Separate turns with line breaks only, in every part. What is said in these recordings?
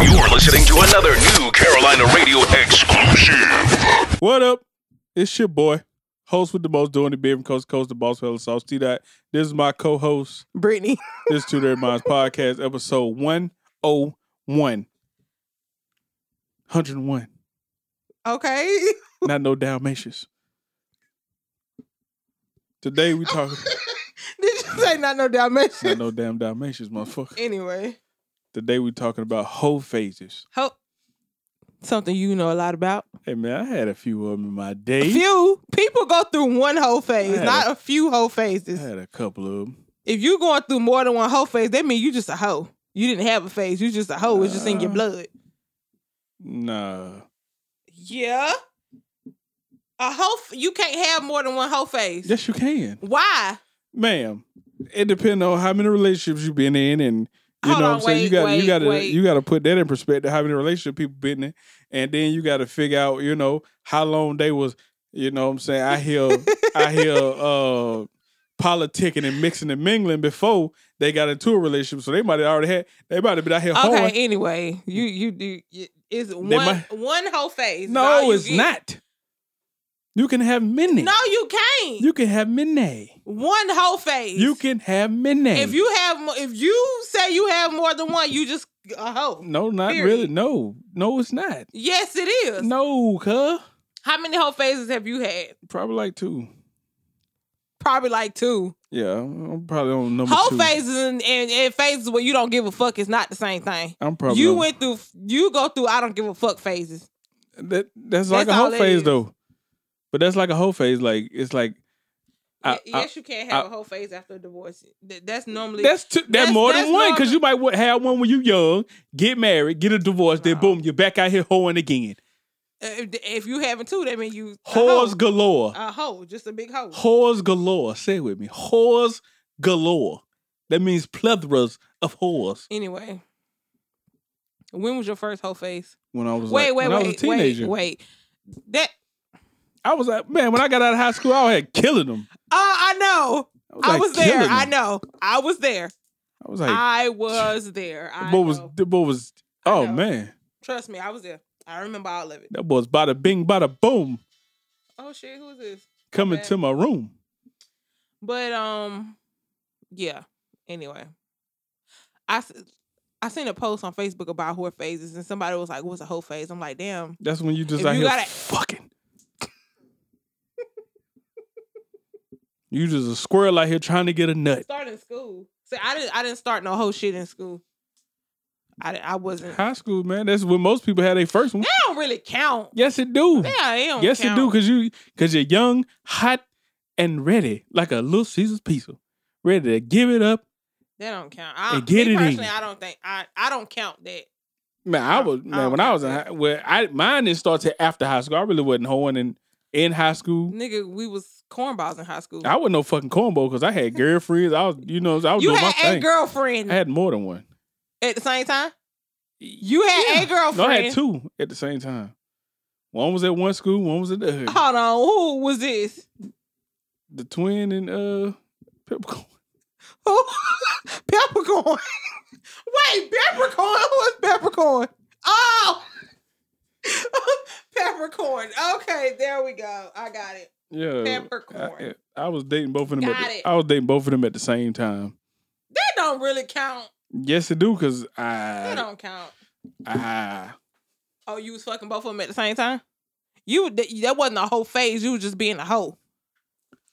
You're listening to another new Carolina Radio exclusive.
What up? It's your boy, host with the most, doing the beer from coast to coast, the boss, fella sauce, T dot. This is my co-host.
Brittany.
This is Two Dirty Minds podcast, episode one oh one. Hundred and one.
Okay.
Not no Dalmatians. Today we talking
Did you say not no
not
Dalmatian?
no damn Dalmatians, motherfucker.
Anyway,
Today we talking about hoe phases.
hope something you know a lot about.
Hey man, I had a few of them in my
A
day.
few people go through one whole phase,
Yeah.
not a few whole
I
phases.
had a couple of them.
If you going through more than one whole phase, that mean you just a hoe. You didn't have a phase. You just a hoe. It's just in your
Uh.
blood.
Nah.
Yeah. A whole f- you can't have more than one whole phase.
Yes, you can.
Why?
ma'am, it depends on how many relationships you've been in, and you
Hold
know
on,
what I'm saying. you
wait,
got you
wait,
got to
wait.
you got to put that in perspective. How many relationship people been in, and then you got to figure out you know how long they was. You know what I'm saying. I hear I hear uh politicking and mixing and mingling before they got into a relationship, so they might have already had they might have been out here.
Okay.
hoeing.
Anyway, you you do you, is one
might-
one whole phase. is
No,
all you
it's
get.
not. You can have many.
No, you can't.
You can have many.
one whole phase.
You can have many.
If you have, mo- if you say you have more than one, you just a hoe.
no, not
Period.
really. No, no, it's not.
Yes, it is.
No, cuh.
How many whole phases have you had?
Probably like two.
Probably like two.
Yeah, I'm I'm probably on number
Whole
two.
phases and, and, and phases where you don't give a fuck is not the same thing.
I'm probably
you
on-
went through, you go through. I don't give a fuck phases.
That, that's like a
That's
whole
all it
phase
is.
though, but that's like a whole phase. Like it's like, I,
Y- yes, you can't have
I-
a whole phase after a divorce. Th- that's
I,
normally
that's two, that
That's-
more than
that's
one because
normal.
you might wa- have one when you young, get married, get a divorce, then
No.
boom, you're back out here hoeing again.
uh, if, if you having two, that means you a hoe.
Whores galore,
a hoe, just a big hoe.
whores galore. Say it with me, whores galore. That means plethoras of whores.
Anyway, when was your first whole phase?
When I was
Wait,
like,
wait,
when I
wait,
was a teenager,
wait, wait. That
I was like, man, when I got out of high school, I had killing them.
Oh, I know. I
like,
was there.
killing
I
'em.
know. I was there.
I was like,
I was there. I
That boy was
know.
that boy was oh
know.
man.
Trust me, I was there. I remember all of it.
That boy's bada bing bada boom
Oh shit, who is this?
coming
Okay.
to my room.
But um, yeah. Anyway, I s- I seen a post on Facebook about whore phases, and somebody was like, "What's a whole phase?" I'm like, "Damn."
That's when you just
If
out
you
here
gotta-
fucking. you just a squirrel out here trying to get a nut.
Start in school. See, I didn't. I didn't start no whole shit in school. I di- I wasn't.
High school, man. That's when most people had their first one.
That don't really count.
Yes, it do.
Yeah, I am.
yes, it do, cause you cause you're young, hot, and ready, like a little Caesar's pizza. Ready to give it up.
That don't count. I,
And get
me
it in.
personally, I don't think I. I don't count that.
Man, I
I-
was
I
man
don't
when I
think
was in
so.
high, well, I mine didn't start till after high school. I really wasn't hoeing in in high school.
Nigga, we was cornballs in high school.
I wasn't no fucking cornball because I had girlfriends. I was, you know, I was
you
doing my
had a
thing.
girlfriend
I had more than one.
at the same time. You had
Yeah.
a girlfriend.
No, I had two at the same time. One was at one school, one was at the other.
Hold on, who was this?
The twin and uh, peppercorn.
Who? peppercorn. Wait, peppercorn. Who is peppercorn? Oh, peppercorn. Okay, there we go. I got it.
Yeah,
Peppercorn.
I, I was dating both of them. At
Got
the,
it.
I was dating both of them at the same time.
That don't really count.
Yes, it do because
That
I,
don't count.
I,
Oh, you was fucking both of them at the same time. You that, that wasn't a whole phase. You was just being a hoe.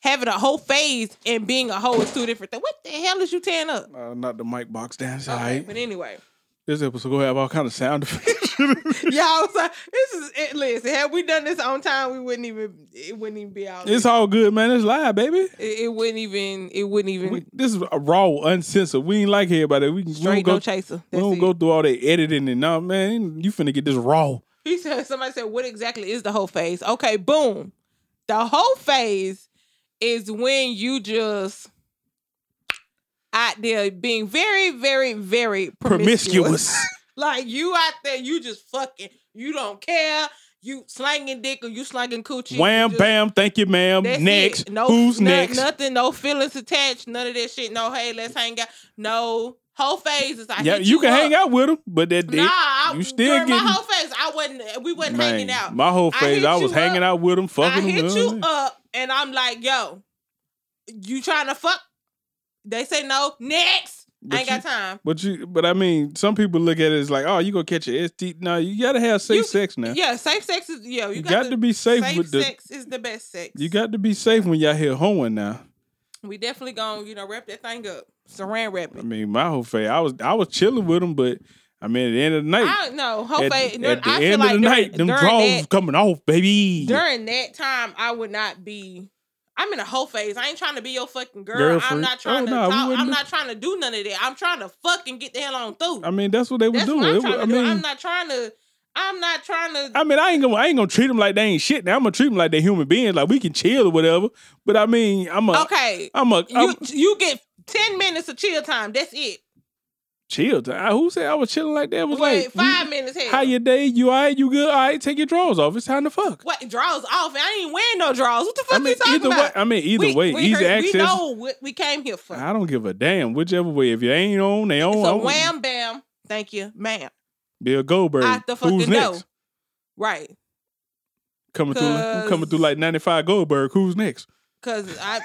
Having a whole phase and being a hoe is two different things. What the hell is you tearing up?
uh, knocked the mic box down. It's all
Okay,
right.
but anyway,
This episode gonna have all kind of sound effects.
y'all, so this is it. Listen, had we done this on time, we wouldn't even. It wouldn't even be out.
it's all good, man. It's live, baby.
it, it wouldn't even. It wouldn't even.
We, this is a raw, uncensored. We ain't like everybody. We, we don't
Mm-hmm. straight
go.
no chaser.
we
That's
don't
it.
go through all that editing and nah, man. You finna get this raw.
He said, somebody said, what exactly is the whole phase? Okay, boom. The whole phase is when you just out there being very, very, very promiscuous.
Promiscuous.
Like you out there, you just fucking, you don't care. You slanging dick or you slanging coochie. you
Wham,
just-
bam. Thank you, ma'am.
that's
Next.
it. No,
Who's
no-
next?
Nothing. No feelings attached. None of that shit. No, hey, let's hang out. No whole phase is I
yeah,
hit
you can
up.
hang out with him, but that dick.
Nah, I I
You still
during my
getting-
whole phase. I wasn't. We wasn't hanging out.
My whole
I
phase,
hit
I,
you
was hanging
up.
out with him,
I
fucking him.
hit
you know
you
what
up, and I'm like, yo, you trying to fuck? They say no. Next,
But
I ain't got time.
But you, but I mean, some people look at it as like, oh, you gonna catch your ST. No, you gotta have safe
You-
sex now.
Yeah, safe sex is yeah. You,
you,
got, to,
be safe,
safe
with the.
sex is the best sex.
You got to be safe when y'all hear hoeing now.
We definitely gonna you know wrap that thing up, saran wrap
I
it.
mean, my whole phase, I was I was chilling with him, but I mean, at the end of the night,
I don't know. Hopefully,
at, at the
I feel
end
like
of the
during,
night, them
during
drawers
that,
coming off, baby.
during that time, I would not be. I'm in a whole phase. I ain't trying to be your fucking girl.
Girlfriend.
I'm not trying
Oh,
to
nah, we
talk.
wouldn't
I'm
do-
not trying to do none of that. I'm trying to fucking get the hell on through.
I mean, that's what they were
That's
doing.
what I'm
It
trying
was-
to
I
do.
mean,
I'm not trying to. I'm not trying to.
I mean, I ain't gonna, I ain't gonna treat them like they ain't shit. Now I'm gonna treat them like they human beings, like we can chill or whatever. But I mean, I'm a,
okay,
I'm a, I'm
you you get ten minutes of chill time. That's it.
chilled. I, who said I was chilling like that? It was
Wait,
like we-
five minutes. Hell.
How your day? You all right? You good? All right, take your drawers off. It's time to fuck.
what draws off? I ain't wearing no draws. What the
I
fuck
mean,
you talking
either
about?
way. I mean, either
We-
way,
we
easy
heard-
access.
We know what we came here for.
I don't give a damn. Whichever way, if you ain't on, they on.
so
on.
wham bam, thank you, ma'am.
Bill Goldberg.
Out the fucking
Who's
door.
next?
Right,
Coming through,
Cause-
coming through like ninety five Goldberg. Who's next?
because I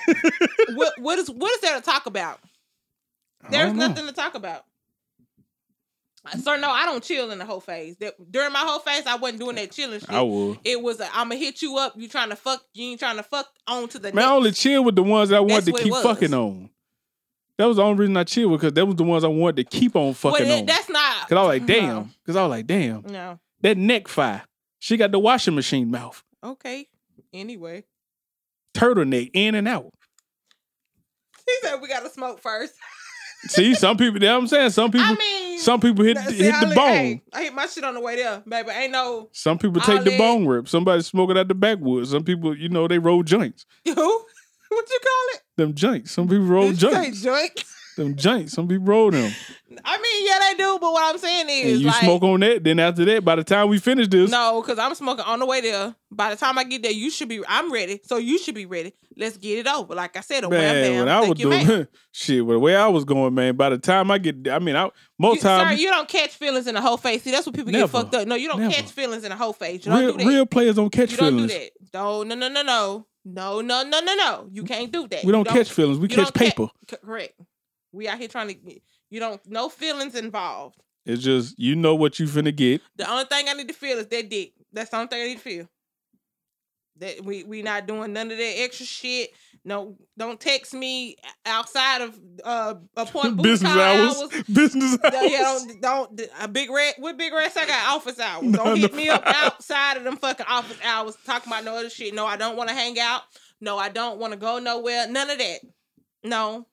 what what is what is there to talk about?
I
There's
don't know.
nothing to talk about. So no, I don't chill in the whole phase. That during my whole phase, I wasn't doing that chilling shit.
I will.
It was a, I'm gonna hit you up. You trying to fuck? You ain't trying to fuck on to the
Man, I
next.
only chill with the ones that I wanted
That's
to
what it
keep
was.
fucking on. That was the only reason I chilled because that was the ones I wanted to keep on
Well,
fucking
that-
on.
that's not.
Cause I was like,
no,
damn. Cause I was like, damn.
No.
That neck fire. She got the washing machine mouth.
Okay. Anyway,
Turtleneck in and out.
he said we gotta smoke first.
See, some people. That's what I'm saying. Some people.
I mean,
some people hit
Nah, see,
hit
I
the
li-
bone.
hey, I hit my shit on the way there, baby. Ain't no
Some people
I
take the
let-
bone rip. Somebody smoking out the backwoods. Some people, you know, they roll joints.
who? What you call it?
Them joints. Some people roll
Did you say
joints.
joint?
Them joints. Some people roll them.
I mean, yeah, they do. But what I'm saying is,
And you
like,
smoke on that. Then after that, by the time we finish this,
no, because I'm smoking on the way there. By the time I get there, you should be. I'm ready, so you should be ready. Let's get it over. Like I said, a wham
man,
bam.
what I
thank
was
you, ma'am.
doing, shit, well, the way I was going, man, by the time I get, I mean, I most
You, sir,
times,
you don't catch feelings in the whole face. See, that's what people
Never.
get fucked up. No, you don't
Never.
catch feelings in the whole face. You don't
real,
do that.
real players don't catch
you don't
feelings.
do that. No, no, no, no, no, no, no, no, no, no. You can't do that.
We
You
don't, catch feelings. We
you
catch
don't catch-
paper.
C- correct. We out here trying to. get- You don't. No feelings involved.
it's just you know what you finna get.
The only thing I need to feel is that dick. That's the only thing I need to feel. That we we not doing none of that extra shit. No, don't text me outside of uh appointment
Business hours. Business hours.
Yeah, don't don't a big red. What big red? I got office hours.
Nine
Don't
to
hit me up
five.
outside of them fucking office hours. Talking about no other shit. No, I don't want to hang out. No, I don't want to go nowhere. None of that. No,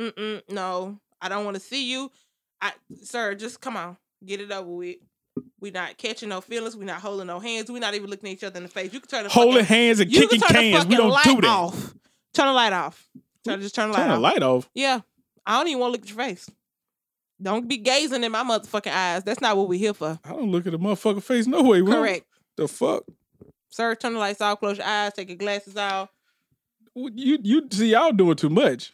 mm no. I don't want to see you. I, sir, just come on, get it over with. We not catching no feelings. We not holding no hands. We not even looking at each other in the face. You can turn the
Holding
fucking,
hands and
you
kicking
can turn the
cans.
fucking
We don't
light
do that.
off. Turn the light off. Turn, just turn the light
Turn
off.
the light off.
Yeah. I don't even want to look at your face. Don't be gazing in my motherfucking eyes. That's not what we here for.
I don't look at the motherfucker face no way. bro.
Correct.
The fuck?
Sir, turn the lights off, close your eyes, take your glasses off.
You you see y'all doing too much.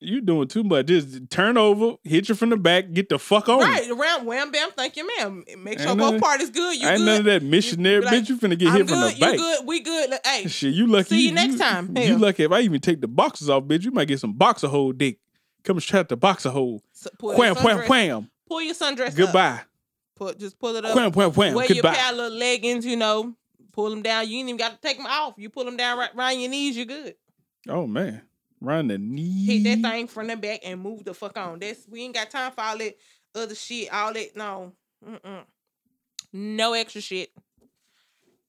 You doing too much. Just turn over, hit you from the back, get the fuck on.
Right. Around wham bam, thank you, ma'am. Make sure
Oh. Ain't
both
none-
parties good. You
Ain't
good.
none of that missionary
be like,
bitch. You finna get
I'm
hit from
good.
the
you
back.
good. We good. Look, Hey,
Shit, you lucky.
See you next time.
You
Hell.
lucky if I even take the boxes off, bitch. You might get some boxer hole dick. Come strap the boxer hole.
s- pull,
Wham,
your
wham,
sundress-
wham.
pull your sundress up.
Goodbye.
Pull, just pull it up.
Wham, wham, wham.
Wear your
Goodbye.
pair of little leggings, you know. Pull them down. You ain't even got to take them off. You pull them down right around your knees, you're good.
Oh man. Round the knee.
hit that thing from the back and move the fuck on. That's we ain't got time for all that other shit, all that no, Mm-mm. no extra shit.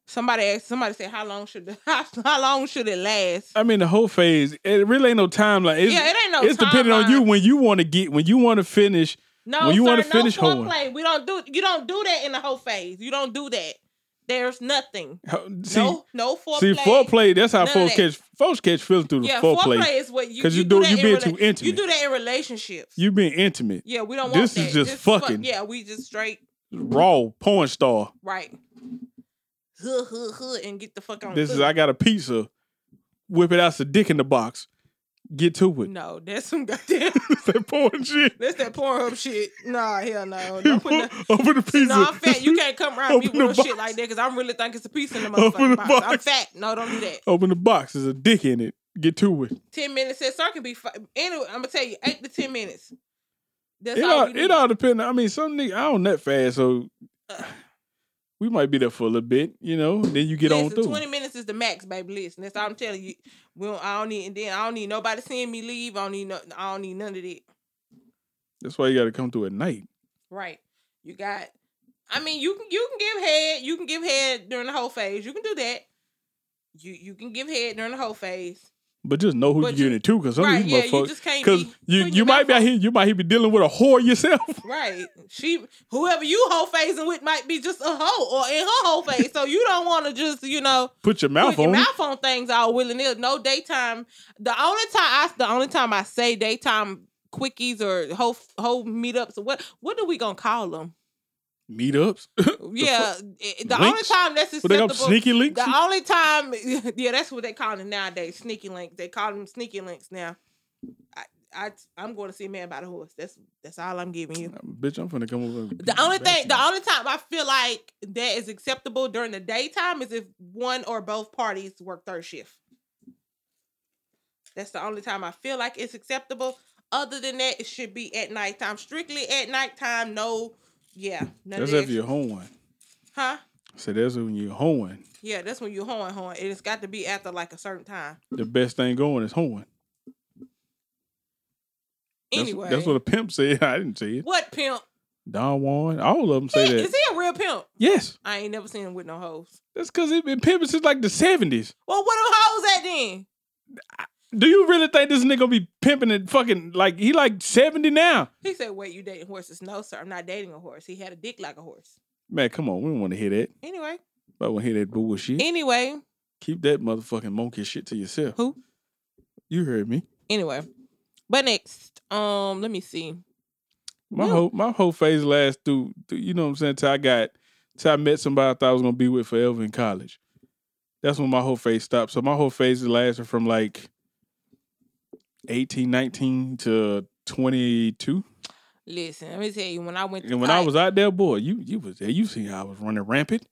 Somebody asked, somebody said, how long should the, how, how long should it last?
I mean, the whole phase. It really ain't no time. Like it's,
yeah, it ain't no.
it's depending on
timeline.
you when you want to get when you want to finish.
No,
when you
sir,
wanna
no
finish hoeing.
foreplay. We don't do you don't do that in the whole phase. You don't do that. There's nothing.
How- See,
no, no foreplay.
see, foreplay. That's how
None of
folks
that.
catch folks catch feelings through the
Yeah,
foreplay.
foreplay is what you
'Cause you
do.
do-
that
you
in
being
rela-
too
You
intimate.
do that in relationships.
You being intimate,
yeah, we don't want
This
that.
is just
fuck-
fucking.
yeah, we just straight
raw porn star.
Right. Huh, huh, huh, and get the fuck on.
This is
Huh.
I got a pizza. Whip it out, some dick in the box. Get to it.
No, that's some goddamn.
that porn shit.
that's that Pornhub shit. Nah, hell no. Don't put no,
Open the pizza.
no, I'm fat. You can't come around me
Open
with
the
no shit
box.
like that because I'm really think it's a piece in the
Open
motherfucking
the
box. I'm
box.
fat. No, don't do that.
Open the box. There's a dick in it. Get to it.
10 minutes says sir can be fi- anyway i'm gonna tell you 8 to 10 minutes that's
It
all
all, it
you need.
all depends. I mean, some nigga, I don't nut fast, so we might be there for a little bit, you know. Then you get
Listen,
on through.
20 minutes is the max baby listen that's all i'm telling you we don't, i don't need and then i don't need nobody seeing me leave i don't need no, i don't need none of that
That's why you got to come through at night.
right you got i mean you can you can give head you can give head during the whole phase you can do that you you can give head during the whole phase
But just know who
But
you're getting
you-
it to, because some of
right
these
yeah you
motherfuckers.
just can't
Because
be
you,
putting
you
your
might be out
mouth on-
here, you might be dealing with a whore yourself.
Right. She whoever you whole facing with might be just a hoe or in her whole face. So you don't want to just, you know,
Put your
put
mouth
your
on it.
mouth on things all willy nilly. No daytime. The only time I the only time I say daytime quickies or whole whole meetups what what are we gonna call them?
Meetups.
Yeah. The, only
Links?
time that's
What they got
acceptable.
sneaky links?
the only time yeah, that's what they call them nowadays. Sneaky links. They call them sneaky links now. I, I I'm going to see a man by the horse. That's that's all I'm giving you.
Bitch, I'm finna come over. and beat
The only
your
thing, the
ass.
only time I feel like that is acceptable during the daytime is if one or both parties work third shift. That's the only time I feel like it's acceptable. Other than that, it should be at nighttime, strictly at nighttime. No, yeah, none of
That's
that
after you're hoeing.
huh?
So that's when you're hoeing.
Yeah, that's when you horn horn. It's got to be after like a certain time.
The best thing going is hoeing. That's-
Anyway,
That's what a pimp said. I didn't say it.
what pimp?
Don Juan, all of them say
He-
that.
Is he a real pimp?
yes,
I ain't never seen him with no hoes.
that's because it been pimping since like the seventies.
Well, what them hoes at then?
Do you really think this nigga gonna be pimping and fucking like he like seventy now?
He said, "Wait, you dating horses? No, sir, I'm not dating a horse. He had a dick like a horse."
Man, come on, we don't want to hear that.
Anyway,
I want to hear that bullshit.
anyway,
Keep that motherfucking monkey shit to yourself.
Who?
You heard me.
anyway. But next, um, let me see.
My
Yeah.
whole my whole phase last through, through you know what I'm saying, till I got till I met somebody I thought I was gonna be with forever in college. That's when my whole phase stopped. So my whole phase lasted from like 18, 19 to 22.
Listen, let me tell you. When I went,
And when I was out there, boy, you you was there. You seen how I was running rampant.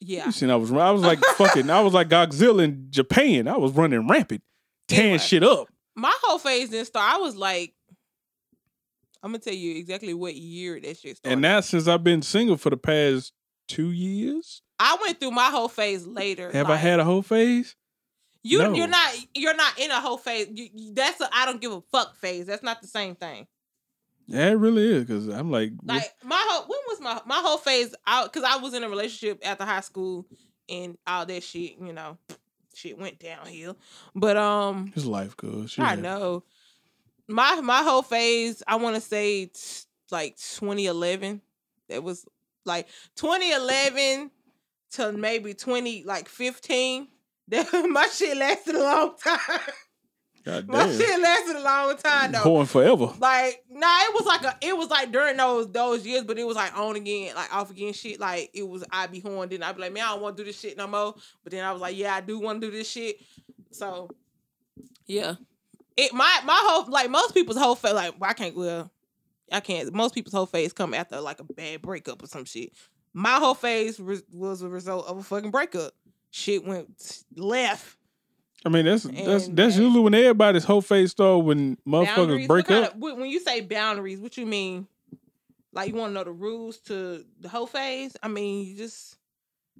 yeah,
You seen I was run- I was like fucking I was like Godzilla in Japan. I was running rampant, tearing
Anyway.
shit up.
my whole phase didn't start. I was like, I'm gonna tell you exactly what year that shit started.
And now since I've been single for the past two years,
I went through my whole phase later.
have I
like,
had a whole phase?
You
No.
you're not you're not in a whole phase. You, you, that's a I don't give a fuck phase. That's not the same thing.
Yeah, it really is. Cause I'm like, what-
Like my whole when was my my whole phase out because I was in a relationship after high school and all that shit. You know, shit went downhill. But um,
it's life, cause shit
I
happens.
know my my whole phase. I want to say t- like 2011. That was like 2011 to maybe 20 like 15. That my shit lasted a long time.
God
My
damn,
shit lasted a long time though.
going forever.
Like, nah, it was like a, it was like during those those years, but it was like on again, like off again shit. Like it was, I'd be horned, and I'd be like, man, I don't want to do this shit no more. But then I was like, yeah, I do want to do this shit. So, yeah, it my my whole like most people's whole face like well, I can't well, I can't. Most people's whole phase come after like a bad breakup or some shit. My whole phase re- was a result of a fucking breakup. Shit went left.
I mean, that's that's
And
that's
that-
usually when everybody's whole phase start when
boundaries?
motherfuckers
What
break
kind
up.
of- wh- when you say boundaries, what you mean? Like you want to know the rules to the whole phase? I mean, you just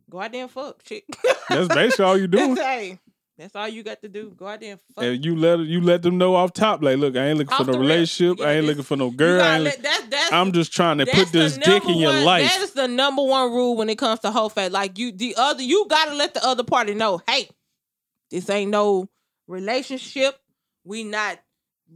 go out there and fuck, chick.
that's basically all you doing.
That's, hey, that's all you got to do. Go out there and fuck.
And you let you let them know off top, like, look, I ain't looking
Off
for
the
no
rip.
relationship.
Yeah,
I ain't
this-
looking for no
You
girl. I
gotta
ain't
let- that's that's.
look- I'm just trying to
that's
put
the
this dick
number
in your
one-
life.
That is the number one rule when it comes to whole phase. Like you, the other, you gotta let the other party know, hey, this ain't no relationship. We not,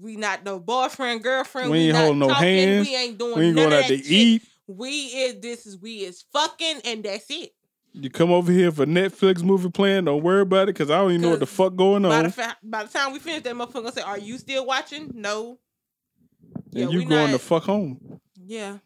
we not no boyfriend, girlfriend.
We ain't
not
holding no
talking.
hands.
We ain't doing.
we ain't
none
going
of
out
that
to
shit.
eat.
We is this is we is fucking and that's it.
You come over here for Netflix movie plan. Don't worry about it, cause I don't even know what the fuck going
By,
on.
the fa- by the time we finish, that motherfucker gonna say, "Are you still watching?" No.
and
yeah,
you
we
going
not-
the fuck home.
Yeah.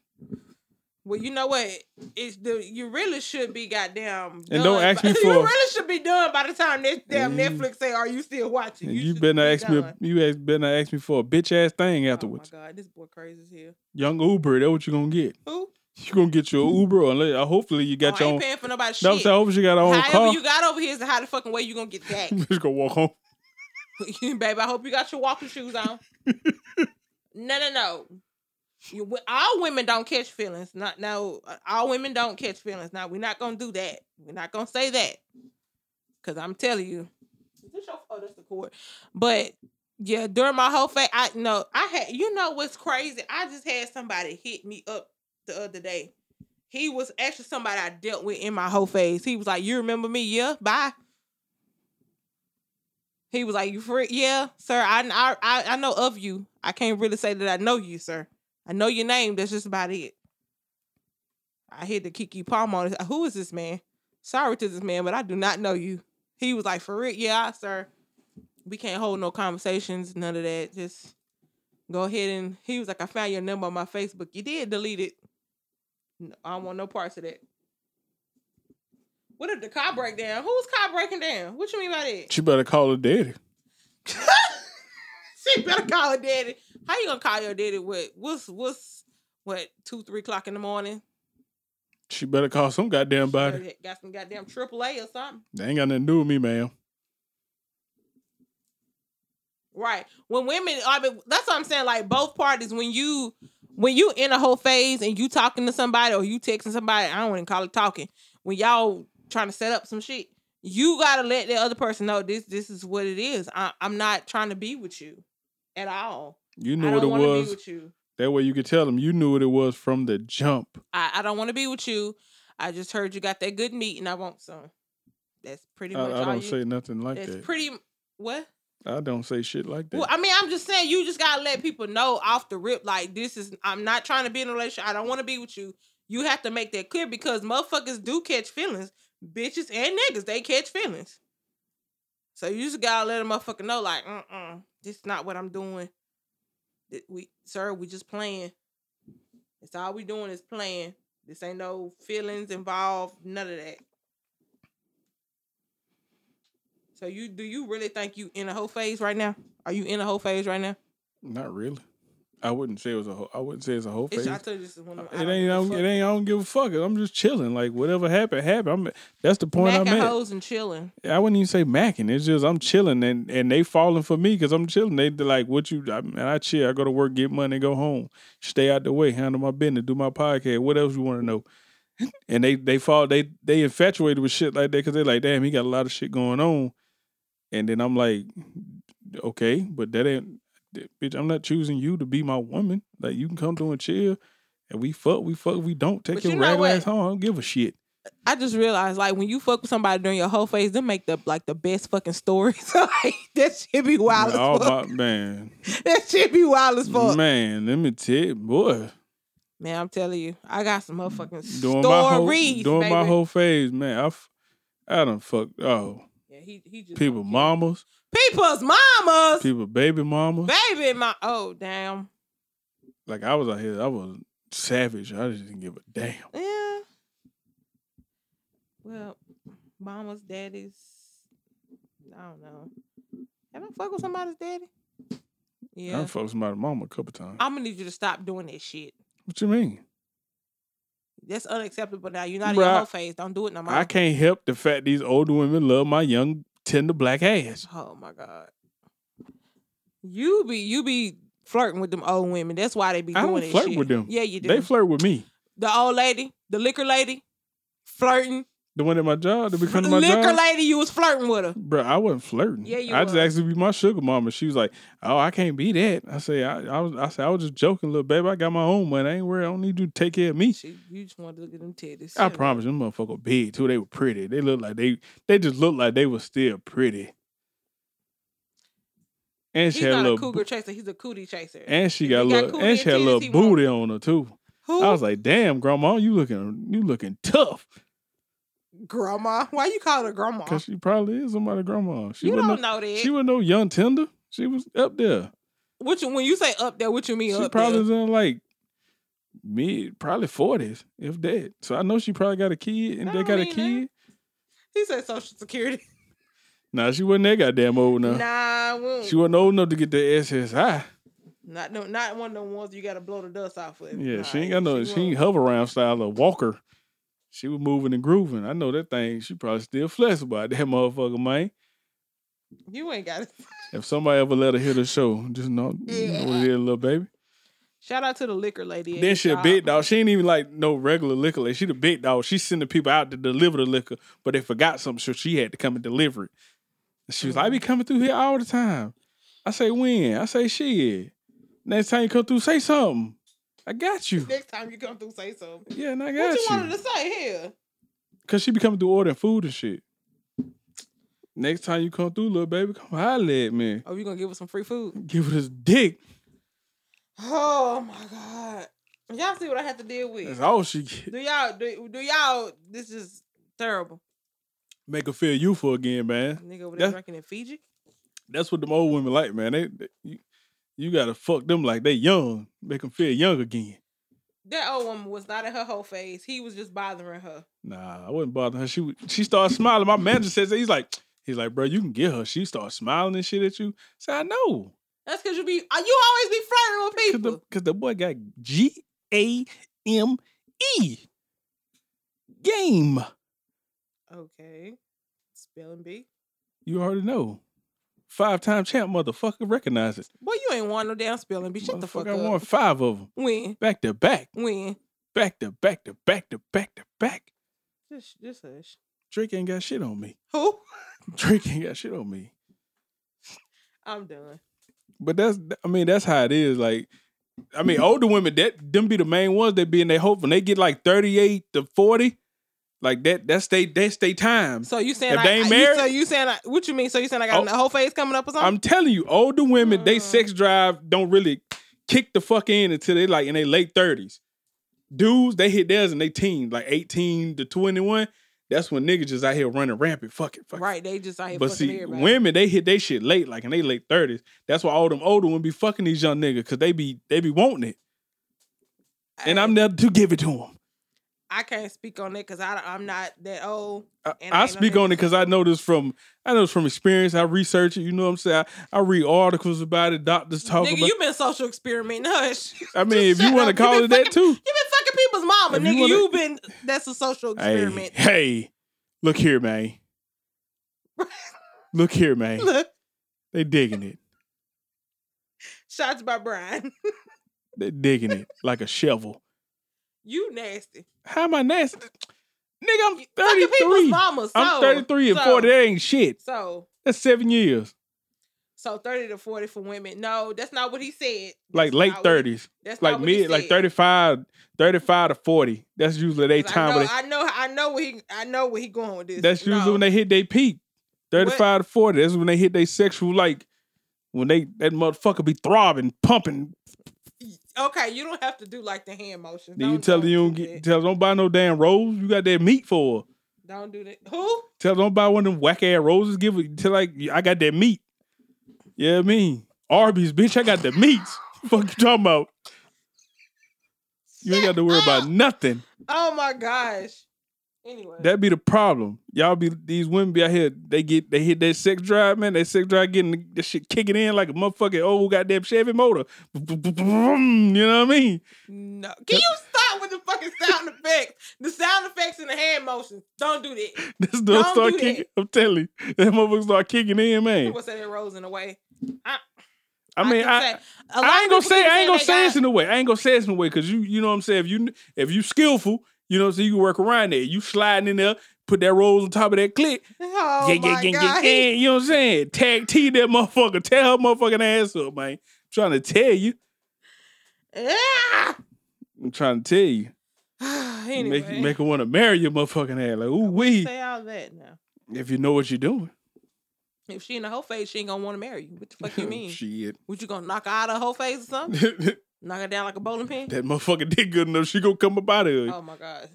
Well, you know what? It's the you really should be goddamn.
And don't
done
ask
by-
me
You
for-
really should be done by the time this damn
Mm.
Netflix say, "Are you still watching?"
And you
should
better
be
ask me.
done.
You ask, better not ask me for a bitch ass thing afterwards.
Oh my god, this boy crazy as hell.
Young Uber, that's what you gonna get.
Who?
You gonna get your Uber, or unless, uh, hopefully you got
oh, I
your
ain't
own.
paying for nobody's
No, I'm
shit.
saying, hopefully you got your own
However
car.
you got over here is how the fucking way you gonna get back,
just gonna walk home.
baby. I hope you got your walking shoes on. no, no, no. You, we- all women don't catch feelings. Not no. uh, All women don't catch feelings. Now we're not gonna do that. We're not gonna say that. Cause I'm telling you, is this your oh, that's the cord. But yeah, during my whole phase, I know I had. You know what's crazy? I just had somebody hit me up the other day. He was actually somebody I dealt with in my whole phase. He was like, "You remember me? Yeah, bye." He was like, "You free? Yeah, sir. I I I- I know of you. I can't really say that I know you, sir. I know your name. That's just about it." I hit the Kiki Palm on it. Who is this man? Sorry to this man, but I do not know you. He was like, "For real? Yeah, sir. We can't hold no conversations, none of that. Just go ahead and." He was like, "I found your number on my Facebook. You did delete it. No, I don't want no parts of that." What if the car break down? Who's car breaking down? What you mean by that?
She better call her daddy.
she better call her daddy. How you gonna call your daddy? What? What's what's what? Two three o'clock in the morning.
She better call some goddamn body.
Got- Got some goddamn AAA or something.
They ain't got nothing to do with me, ma'am.
Right. When women I mean, that's what I'm saying. Like both parties, when you when you in a whole phase and you talking to somebody or you texting somebody, I don't want to call it talking. When y'all trying to set up some shit, you gotta let the other person know this this is what it is. I, I'm not trying to be with you at all.
You
I
knew what it
don't want to be
was.
with you.
That way you could tell them you knew what it was from the jump.
I, I don't want to be with you. I just heard you got that good meat and I want some. That's pretty
I,
much
I
all
don't
you.
say nothing like
that's
that.
pretty what?
I don't say shit like that.
Well, I mean, I'm just saying you just gotta let people know off the rip. Like this is, I'm not trying to be in a relationship. I don't want to be with you. You have to make that clear because motherfuckers do catch feelings, bitches and niggas. They catch feelings. So you just gotta let a motherfucker know, like, uh, uh this is not what I'm doing. Th- We, sir, we just playing. It's all we doing is playing. This ain't no feelings involved, none of that. So you do you really think you in a whole phase right now? Are you in a whole phase right now?
Not really. I wouldn't say it was a. Whole, I wouldn't say it's a whole
It's,
phase.
I told you this is one of
Uh, It ain't. I don't, it ain't. I don't give a fuck. I'm just chilling. Like whatever happened, happened. I'm. That's the point
Mac
I'm
and
at.
hoes and chilling.
I wouldn't even say macking. It's just I'm chilling, and and they falling for me because I'm chilling. They they're like what you. I, mean, I chill. I go to work, get money, go home, stay out the way, handle my business, do my podcast. What else you want to know? And they they fall. They they infatuated with shit like that because they're like, damn, he got a lot of shit going on. And then I'm like, okay, but that ain't. that- Bitch, I'm not choosing you to be my woman. Like you can come through and chill, and we fuck, we fuck. We don't take
But
your
you know
regular
what?
ass home. I don't give a shit.
I just realized like when you fuck with somebody during your whole phase, they make the like the best fucking stories. like that shit be wild
Man, all
as fuck.
my- man,
that shit be wild as fuck. Man,
Man, let me tell you, boy.
I'm telling you, I got some motherfucking
Doing
stories.
my whole,
baby.
doing my whole phase, man. I, f- I done fucked. Oh,
yeah, he, he just
people, mamas,
people's mamas,
people, baby mamas.
baby, my oh damn,
Like I was out here, I was savage. I just didn't give a damn.
yeah. Well, mamas, daddies, I don't know. Have I fucked with somebody's daddy?
I
Yeah,
done fucked somebody's mama a couple times.
I'm gonna need you to stop doing that shit.
what you mean?
That's unacceptable now. You're not in
Bruh,
your whole phase. Don't do it no more.
I can't help the fact these older women love my young tender black ass.
Oh my god. You be you be flirting with them old women. That's why they be
I
doing
don't
that
flirt
shit.
with them.
Yeah, you do.
They flirt with me.
the old lady, the liquor lady, flirting.
The one at my job, the
The
becoming my
liquor
job.
lady, you was flirting with her.
Bro, I wasn't flirting.
Yeah, you
I just
was.
asked to be my sugar mama. She was like, "Oh, I can't be that." I say, "I, I was, I said, I was just joking, little baby. I got my own money. I ain't worried. I don't need you to take care of me."
She, you just wanted to look at them titties.
I
Shut up.
promise, them motherfucker big too. They were pretty. They looked like they, they just looked like they were still pretty. And
He's
she had a
not a
little,
cougar chaser. He's a cootie chaser.
and she got a
he got
little,
cootie
and she
and
had a little
titties, he want
booty on her too.
Who?
I was like, "Damn, grandma, you looking, you looking tough."
grandma. Why you call her grandma?
Cause she probably is somebody's grandma. She
You
wasn't,
don't
no,
know that.
she was no young tender. She was up there.
what you, when you say up there, what you mean
She
up
probably
there?
was in like mid, probably forties, if that. So I know she probably got a kid, and
I
they
don't
got a
mean
kid.
He said Social Security.
Nah, she wasn't that goddamn old enough.
Nah, we
She wasn't old enough to get the SSI.
not no, not one of them ones you got to blow the dust off with.
Yeah,
Nah,
she ain't got no. She, ain't
won't.
hover around style of Walker. She was moving and grooving. I know that thing. She probably still flexible out that motherfucker, man.
You ain't got it.
If somebody ever let her hear the show, just know, you know what it is, little baby.
Shout out to the liquor lady. at
Then
your
she a
job.
big dog. She ain't even like no regular liquor. Like she the big dog. She sending people out to deliver the liquor, but they forgot something, so she had to come and deliver it. And She was like, I
Mm-hmm.
be coming through here all the time. I say, when? I say, shit. Next time you come through, say something. I got you.
Next time you come through, say something.
Yeah, and I
What
got
you wanted
you.
to say here?
Cause she be coming through ordering food and shit. Next time you come through, little baby, come holler at me.
Oh, you gonna give us some free food?
Give it his dick.
Oh my god! Y'all see what I had to deal
That's
with?
all she get.
Do y'all do, do y'all? This is terrible.
Make her feel youthful again, man.
Nigga over there
That's-
drinking in Fiji.
that's what them old women like, man. They, they- you, you gotta fuck them like they young, make them feel young again.
That old woman was not in her whole phase. He was just bothering her.
Nah, I wouldn't bother her. She would- she started smiling. My manager says that. he's like he's like, bro, you can get her. She started smiling and shit at you. Say I know,
That's cause you be uh, you always be flirting with
cause
people.
the, cause the boy got G A M E game.
Okay, spelling bee.
You already know. Five time champ, motherfucker. Recognize it.
Boy, you ain't want no damn spelling bee. Shut the fuck
Motherfucker, I
up.
won five of them
When
back to back,
when?
back to back to back to back to back.
Just just hush.
Drake ain't got shit on me.
Who?
Drake ain't got shit on me.
I'm done.
But that's I mean, that's how it is. Like, I mean, older women, that them be the main ones that be in their hope when they get like 38 to 40, like that, that's they that's they time.
So you saying
If
I,
they ain't
I- you-
married-
so you saying I, what you mean? So you saying I got
Oh.
a whole phase coming up or something?
I'm telling you, older women, they
Mm.
sex drive don't really kick the fuck in until they like in their late 30s. Dudes, they hit theirs in their teens, like 18 to 21. That's when niggas just out here running rampant. Fuck it, fuck it.
right, they just out here
But
fucking
see,
everybody.
women they hit they shit late, like in they late thirties. That's why all them older women be fucking these young niggas because they be they be wanting it, and
I-
I'm there to give it to them.
I can't speak on it because I I'm not that old.
I,
And
I
ain't no
speak on
niggas.
it because I know this from I know this from experience. I research it. You know what I'm saying? I, I read articles about it. Doctors talk
nigga,
about.
you been social experimenting. Hush.
I mean, if
Just
you want
shut
to
up. You
call
been
it that
fucking-
too,
You been fucking people's mama,
If you
nigga. You
wanna-
have been that's a social
hey,
experiment.
hey, look here, man. Look here, man.
Look,
They digging it.
shots by Brian.
They digging it like a shovel.
You nasty.
How am I nasty? Nigga, I'm
Fucking people's
33.
mamas. So,
I'm 33 and
so,
40. That ain't shit.
So
That's seven years.
so thirty to forty for women. No, that's not what he said.
Like
That's
late
not what-
30s.
That's not
Like
what he
mid, like
said.
35, 35 to 40. That's usually they
'Cause
time.
I
where
know, I know, I know where he, I know where he going with
they,
this.
that's usually
No.
when they hit their peak. 35 to 40. That's when they hit their sexual, like, when they, that motherfucker be throbbing, pumping.
Okay, you don't have to do like the hand motions.
Then you
Don't-
tell her
don't
you don't
do
get,
that.
tell her don't buy no damn rose. You got that meat for her.
Don't do that. Who?
Tell her don't buy one of them whack ass roses. Give it, tell her, like, I got that meat. Yeah, I mean, Arby's, bitch, I got the meats. fuck you talking about? You ain't got to worry about nothing.
Oh my gosh. Anyway,
That be the problem. Y'all be these women be out here. They get they hit that sex drive, man. That sex drive getting that shit kicking in like a motherfucking old goddamn Chevy motor. Vroom, You know what I mean?
no. Can you stop with the fucking sound effects? The sound effects and the hand motions. Don't do that.
This stuff
Don't
start
do that.
kicking. I'm telling you, that motherfucker start kicking in, man.
People say that rose in the way.
I mean,
can
I.
say- a lot
I
of
ain't gonna
people
say
keep
I ain't
saying
gonna
they
say
got-
this in a way. I ain't gonna say this in a way because you you know what I'm saying. If you if you skillful, you know what I'm saying. You work around that. You sliding in there, put that rolls on top of that click.
Oh
yeah, yeah,
my
yeah, yeah,
God.
yeah. You know what I'm saying. Tag team that motherfucker. Tear her motherfucking ass up, man. I'm trying to tell you.
Yeah.
I'm trying to tell you.
anyway,
Make make her want to marry your motherfucking ass. Like ooh wee,
say all that now.
if you know what you're doing.
If she in the whole phase, she ain't gonna want to marry you. What the fuck you mean?
Shit.
What you gonna knock her out of her whole phase or something?
that
Knock her down like a bowling pin?
motherfucker did good enough. She gonna come up out of here.
Oh my god.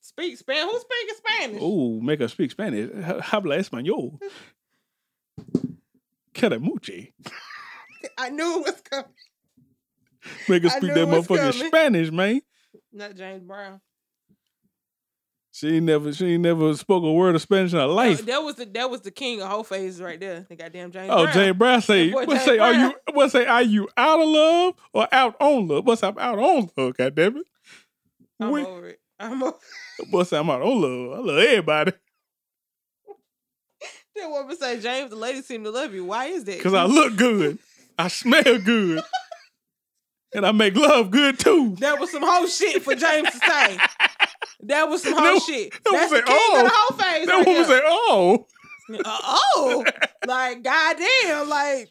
Speak Spanish. Who's speaking Spanish?
Oh, make her speak Spanish. Ha- Habla español. Caramuche.
I knew it was coming.
Make her
I
speak
knew
that
it was
motherfucking
coming.
Spanish, man.
Not James Brown.
She ain't never she ain't never spoke a word of Spanish in her
That,
life.
that was the that was the king of whole phases right there. The goddamn James.
Oh,
Brown.
James Brown say,
That boy
what
James
say, are
Brown.
you, what say, are you out of love or out on love? What's up, out on love? God damn it.
I'm
Wait,
over it. I'm over.
what's up, I'm out on love? I love everybody
That woman say, James, the ladies seem to love you. Why is that?
because I look good, I smell good, and I make love good too.
That was some whole shit for James to say. That was some whole
That-
shit.
that
That's
was a-
the king of
oh,
the whole phase.
That
right
woman
there.
say, oh,
Uh, oh, like goddamn, like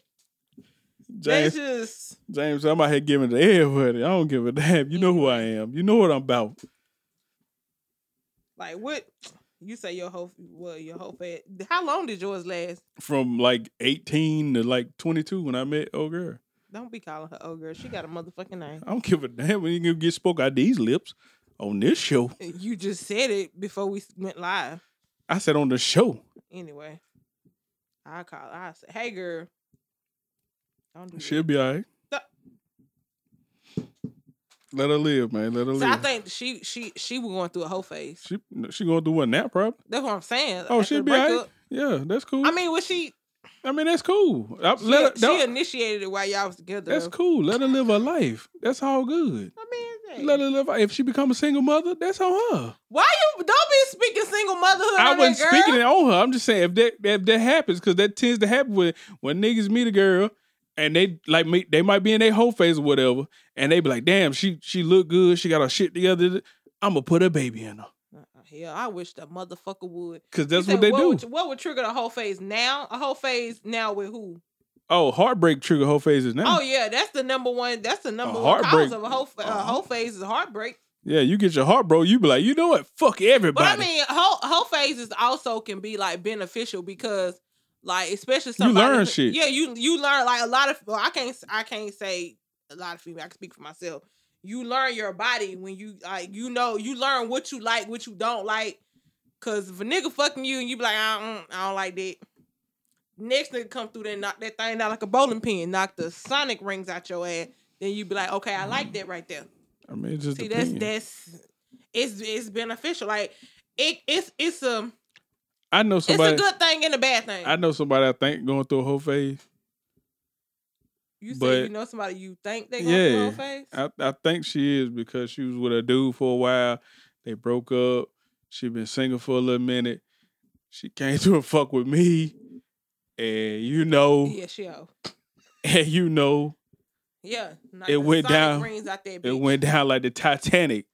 James,
they just
James, I'm out here giving to everybody. I don't give a damn. You know who I
Mm-hmm.
am. You know what I'm about.
like what you say your whole well your whole phase. How long did yours last?
From like 18 to like 22 when I met old girl.
Don't be calling her old girl. She got a motherfucking name.
I don't give a damn when you gonna get spoke out these lips on this show.
You just said it before we went live.
I said on the show.
Anyway, I call. I say, hey girl, don't do
She'll
that.
be all right.
Th-
Let her live, man. Let her
So I
live.
think she she she was going through a whole phase.
She she gonna do what now, probably.
That's what I'm saying.
Oh,
After
she'll
the
be all right.
breakup-
Yeah, that's cool.
I mean, was she?
I mean, that's cool. I,
She,
let her,
she
don't-
initiated it while y'all was together.
that's
though.
cool. Let her live her life. That's all good.
I mean, hey,
Let her live. If she become a single mother, that's on her.
why you don't be speaking single motherhood?
I
on
wasn't
that girl?
speaking it on her. I'm just saying if that if that happens, because that tends to happen when when niggas meet a girl and they like me, they might be in their whole phase or whatever, and they be like, "Damn, she she look good. She got her shit together. I'm gonna put a baby in her."
Uh-uh, Hell, I wish the motherfucker would.
Because
You
that's
said,
what they do.
Would, what would trigger the whole phase now? A whole phase now with who?
oh, heartbreak trigger whole phases now.
Oh yeah, that's the number one. That's the number one
heartbreak.
cause of a whole a
Uh-huh.
whole phase is heartbreak.
yeah. you get your heart, bro. You be like, you know what? Fuck
But
everybody.
I mean, whole whole phases also can be like beneficial because, like, especially
You learn
somebody. who-
shit.
Yeah, you you learn like a lot of. Well, I can't I can't say a lot of female. I can speak for myself. You learn your body when you like you know you learn what you like, what you don't like. Cause if a nigga fucking you and you be like, I don't, I don't like that. Next nigga come through there and knock that thing out like a bowling pin, knock the sonic rings out your ass. Then you be like, okay, I like that right there.
I mean, it just
See, that's
depends.
that's it's it's beneficial. Like it it's it's a
I know somebody.
it's a good thing and a bad thing.
I know somebody. I think going through a whole phase.
you say
but-
you know somebody you think they
Yeah.
going through a phase.
I, I think she is because she was with a dude for a while. They broke up. She been single for a little minute. She came to a fuck with me, and you know,
yeah, she oh.
and you know,
Yeah. knock
It
the
went
sonic
down.
Rings out that
it
bitch.
went down like the Titanic.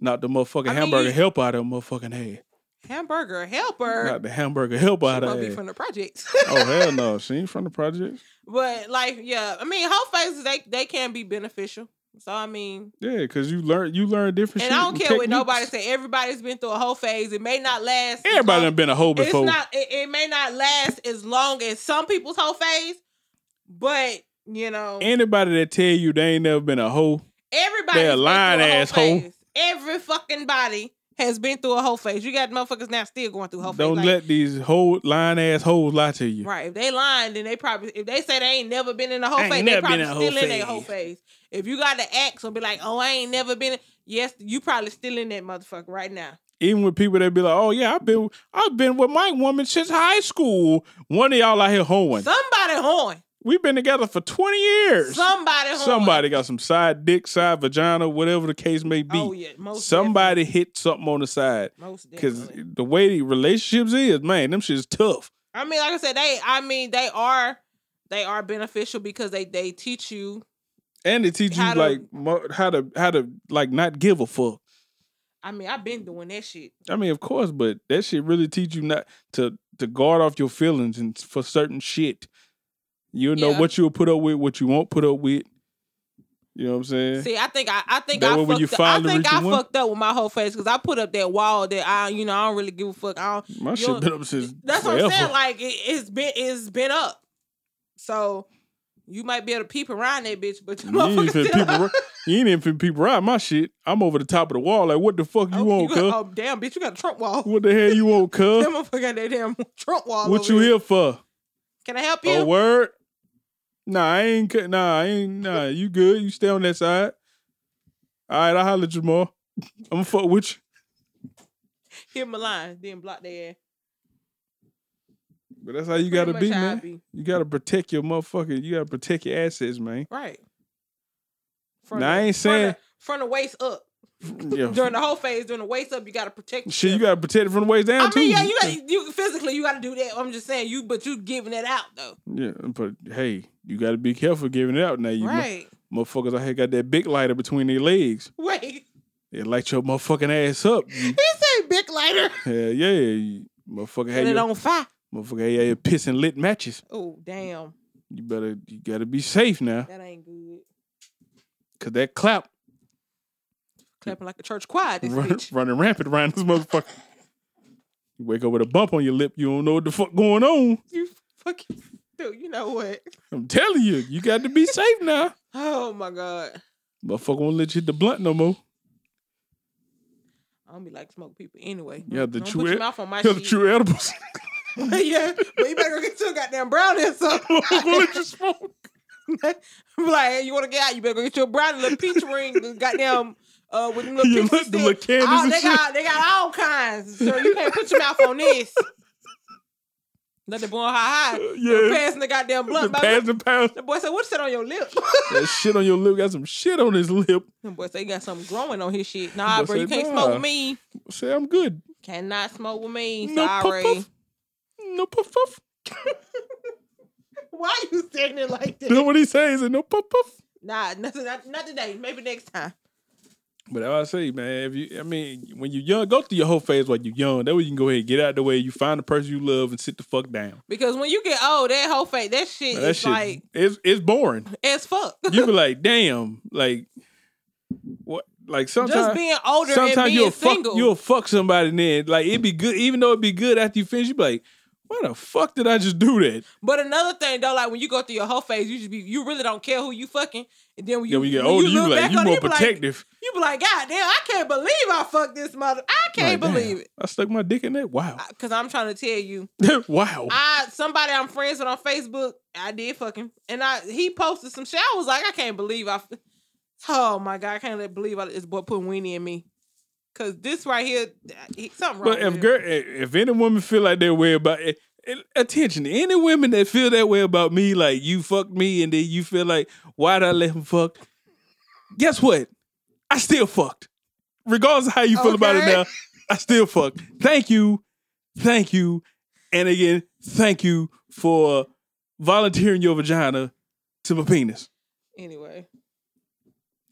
Knocked the motherfucking
I mean,
hamburger
you-
help out of her motherfucking head.
Hamburger helper.
Knocked the hamburger help
She
out of
might
her.
be
head.
from the projects.
oh hell no, she ain't from the project.
but like, yeah, I mean, whole phases they they can be beneficial. So I mean,
Yeah, cause you learn you learn different.
and
shit
I don't
and
care what
techniques.
nobody say. Everybody's been through a whole phase. It may not last. as
Everybody
long-
done been a hoe before.
It's not. It, it may not last as long as some people's whole phase, but you know,
Anybody that tell you they ain't never been a hoe,
everybody
they're a lying asshole.
Every fucking body has been through a whole phase. You got motherfuckers now still going through whole phase.
Don't
like,
let these whole lying ass hoes lie to you.
Right. If they lying, then they probably if they say they ain't never been in a whole
I ain't
phase, they
never
probably
been in a
still
whole
in their whole
phase.
phase. If you got to ask and be like, oh, I ain't never been in yes, you probably still in that motherfucker right now.
Even with people that be like, "Oh yeah, I've been, I've been with my woman since high school." One of y'all out here hoeing.
Somebody horn.
We've been together for twenty years.
Somebody horn.
Somebody got some side dick, side vagina, whatever the case may be.
Oh yeah. Most
Somebody hit something on the side
definitely. Most
because
definitely.
the way the relationships is, man, them shit's tough.
I mean, like I said, they. I mean, they are. They are beneficial because they they teach you.
And they teach
How
you
to-
like mo- how to how to like not give a fuck.
I mean, I've been doing that shit.
I mean, of course, but that shit really teach you not to to guard off your feelings and for certain shit. You know
Yeah.
what you'll put up with, what you won't put up with. You know what I'm saying?
See, I think I, I think
That
I
way
fucked.
when you
up, I
finally
think
reach
I
the one-
fucked up with my whole face because I put up that wall that I, you know, I don't really give a fuck. I don't.
My
You'll-
shit been up since
That's
forever.
what I'm saying. Like it, it's been it's been up. So you might be able to peep around that bitch, but you
you ain't
motherfucker
even
still.
people. ri- You ain't even finna people ride my shit. I'm over the top of the wall. Like, what the fuck you
oh,
want, cuz?
got- oh damn, bitch, you got a Trump wall.
What the hell you want,
That
cuz?
motherfucker got that damn Trump wall.
What
over
you Oh,
here?
here for?
Can I help you?
A word? Nah, I ain't. cu- Nah, I ain't. Nah, you good? You stay on that side. All right, I'll holler at you more. I'm gonna fuck with you.
Hit my line, then block their ass.
But that's how you gotta
Pretty
be,
much how I
man. You gotta protect your motherfucker. You gotta protect your assets, man.
Right.
Now, I ain't saying-
from the, waist up
Yeah.
during the whole phase, during the waist up, you gotta protect.
Shit, you
yourself.
gotta protect it from the waist down
I
too.
mean, yeah, you got you physically you gotta do that. I'm just saying you, but you giving it out though.
Yeah, but hey, you gotta be careful giving it out now. You mo-
right.
motherfuckers out here got that big lighter between their legs.
Wait.
It light your motherfucking ass up. You-
He said big lighter.
Hell yeah, you motherfucker had
Set it
your,
on fire.
motherfucker had your pissing lit matches.
Oh damn,
You better you gotta be safe now.
that ain't good.
Cause that clap
Clapping like a church choir. This
run,
bitch.
running rampant around this motherfucker. You wake up with a bump on your lip, you don't know what the fuck going on.
You fucking dude. You know what?
I'm telling you, you got to be safe now.
Oh my god.
Motherfucker won't let you hit the blunt no more.
I don't be like smoke people anyway.
Yeah, the
Don't
true
Put your
ed-
mouth on my
You're the
shit.
true edibles.
yeah, but you better go get your goddamn brownie or something.
Motherfucker won't let you smoke.
I'm like, hey, you want to get out? You better go get your brownie, little peach ring, the goddamn. Uh, with them little
You
pieces
look-
of
the little
stick.
candies
Oh,
and
they
shit.
got they got all kinds. So you can't put your mouth on this. Nothing born high high.
Yeah.
Passing the goddamn
The
blunt. baby.
pads and pounds.
The boy said, "What's that on your lip?"
That shit on your lip got some shit on his lip.
Them boys say he got something growing on his shit. Nah,
Boy
bro, you
say,
can't
"Nah."
smoke with me.
Say I'm good.
Cannot smoke with me.
No
Sorry.
puff puff. No puff puff.
Why you saying it like
That's what he says. No puff puff.
Nah, nothing. Not, not today. Maybe next time.
But I say, man, if you, I mean, when you young, go through your whole phase while you young. That way you can go ahead and get out the way. You find the person you love and sit the fuck down.
Because when you get old, that whole fake, that shit
Man,
is
that shit,
like
it's it's boring.
as fuck.
You be like, damn, like what? Like sometimes,
Just being older
sometimes
and being
you'll
single.
fuck, you'll fuck somebody. And then, like, it'd be good, even though it'd be good after you finish. You be like, why the fuck did I just do that?
But another thing though, like when you go through your whole phase, you just be you really don't care who you fucking. And then when you,
Then when you get
when
older, you,
look
be like,
back
you
on it,
more
you be like-
protective.
you be like, God damn, I can't believe I fucked this mother. I can't
Like, damn,
believe it.
I stuck my dick in that. Wow,
Cause I'm trying to tell you,
wow.
I somebody I'm friends with on Facebook, I did fucking, and I he posted some shit. I was like, I can't believe I. f- Oh my god, I can't let- believe I, this boy put weenie in me. Cause this right here, he, something wrong.
But if
with
girl, if any woman feel like that way about it, attention, any women that feel that way about me, like you fucked me, and then you feel like why did I let him fuck? Guess what? I still fucked, regardless of how you feel about it
Okay.
now. I still fucked. Thank you, thank you, and again, thank you for volunteering your vagina to my penis.
him. anyway.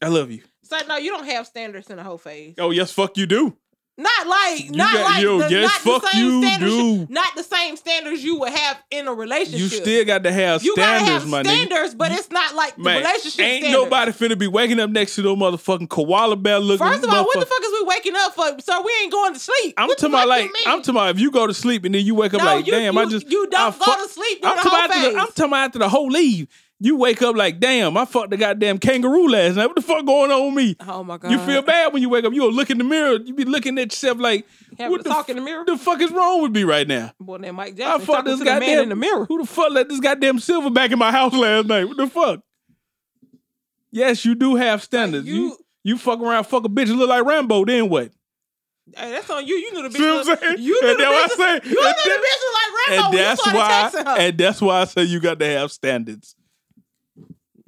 I love you.
So no, you don't have standards in the whole phase.
Oh yes, fuck you do.
Not like, not
got-
like,
yo,
the,
yes,
not the
fuck
same
you
standards. you-
do.
not the same standards you would have in a relationship.
You still got to have
You gotta
standards,
have
my nigga.
standards, but it's not like the
Man,
relationship.
ain't
standards.
nobody finna be waking up next to no motherfucking koala bear looking.
First of all, what the
motherfucker-
fuck is we waking up for? So we ain't going to sleep.
I'm
What the
talking about
fuck you
like
mean?
I'm talking about if you go to sleep and then you wake up
No,
like
you-
damn I
you-
just
you don't
I
go to sleep
I'm
during the
talking
whole
about after the,
phase.
I'm talking about after the whole leave. You wake up like damn I fucked the goddamn kangaroo last night. What the fuck going on with me?
Oh my god!
You feel bad when you wake up. You'll look in the mirror. You be looking at yourself like
Having
what
to
the,
talk
f-
in the mirror?
the fuck is wrong with me right now?
Boy, that Mike
I
Jackson
fucked
talking
this
to the man
goddamn
in the mirror.
Who the fuck let this goddamn silver back in my house last night? What the fuck? Yes, you do have standards.
Like,
you,
you-
you fuck around, fuck a bitch, and look like Rambo. Then what?
Hey, that's on you. You knew the bitch.
See what I'm
was-
saying?
You knew
And
the
that's
bitch.
what I
was-
say.
You knew
And
the
that-
bitch was like Rambo.
and
when
that's
you
why.
started texting her.
And that's why I say you got to have standards.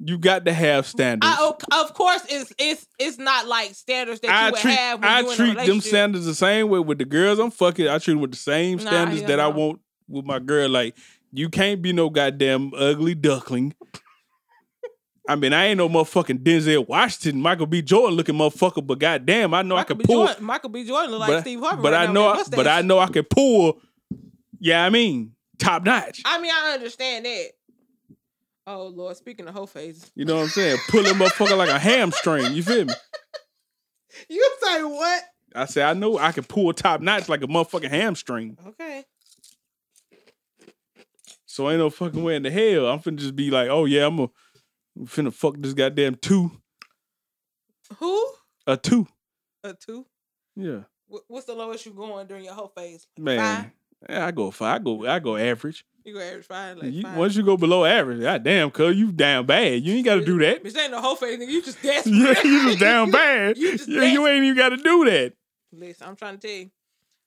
You got to have standards.
I, of- of course, it's it's it's not like standards that you
I
would
treat
have when
I
you in a
treat them
relationship.
standards the same way with the girls I'm fucking. I treat them with the same
Nah,
standards
yeah,
that I
no.
want with my girl. Like you can't be no goddamn ugly duckling. I mean, I ain't no motherfucking Denzel Washington, Michael B. Jordan looking motherfucker, but goddamn, I know
Michael
I
B.
can pull.
Jordan, Michael B. Jordan look like
but
Steve Harvey.
but
right
I
now
know,
with
I,
that
but I
mustache.
know I can pull. Yeah, I mean, top notch.
I mean, I understand that. Oh Lord, speaking of whole phases,
You know what I'm saying? Pulling motherfucker like a hamstring. You feel me?
you say what?
I say I know I can pull top notch like a motherfucking hamstring.
Okay.
So ain't no fucking way in the hell I'm finna just be like, oh yeah, I'm, a, I'm finna fuck this goddamn two,
Who?
a two.
A Uh, two?
Yeah,
Wh- What's the lowest you going during your whole phase?
man.
Five?
Yeah, I go fine. I go I go average.
You go average five. Like
You-
five.
once you go below average, god damn, cuz you down bad. You ain't gotta do that.
Bitch, that ain't no whole face, nigga. You just desperate.
Yeah, you just down bad.
You just
Yeah, you
desperate.
ain't even gotta do that.
Listen, I'm trying to tell you.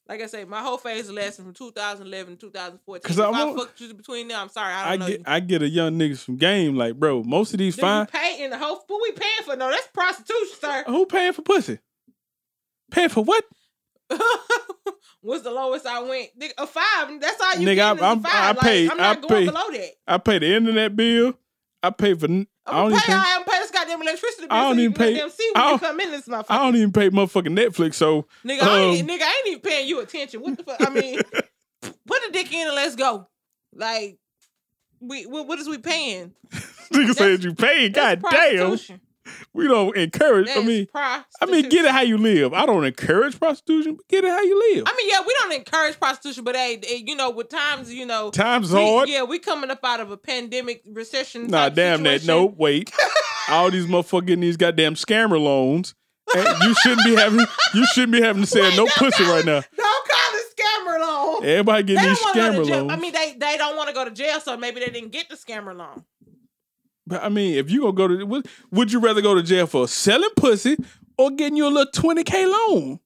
Like I say, my whole phase lasted from 2011 to 2014.
'Cause
if
I'm
I
on-
fucked you between them, I'm sorry. I
I
don't know
get
you.
I get a young niggas from game, like, bro, most of these
Do
fine
you pay in the whole? What we paying for? No, that's prostitution, sir.
who paying for pussy? Paying for what?
What's the lowest I went? Nigga, a five. That's all you
Nigga,
getting
I-
is a
I'm- I
five. Like,
paid-
I'm
I
not going
paid-
below that.
I pay the internet bill. I pay for. n- I
I'm
don't
gonna
even
pay.
pay.
I am pay this goddamn electricity bill.
I don't
so you
even
can
pay-
Goddamn see
I
when you
don't-
come in this motherfucker.
I don't even pay motherfucking Netflix. So
nigga, I ain't,
um,
nigga, I ain't even paying you attention. What the fuck? I mean, put a dick in and let's go. Like, we what, what is we paying?
nigga
That's-
said you paid.
That's
God damn,
prostitution.
we don't encourage.
That
I
is
mean, I mean, get it
prostitution.
how you live. I don't encourage prostitution, but get it how you live.
I mean, yeah, we don't encourage prostitution, but hey, hey, you know, with times, you know,
Times
we-
hard.
yeah, we coming up out of a pandemic recession.
nah,
type
damn that.
situation.
No, wait. All these motherfucking getting these goddamn scammer loans. And you shouldn't be having. You shouldn't be having to sell
Wait,
no
no,
pussy
no.
right now.
don't call it scammer loan.
Everybody
They
getting
don't
these
want to go
scammer
to jail.
loans.
I mean, they they don't want to go to jail, so maybe they didn't get the scammer loan.
But I mean, if you gonna go to, would, would you rather go to jail for selling pussy or getting you a little twenty k loan?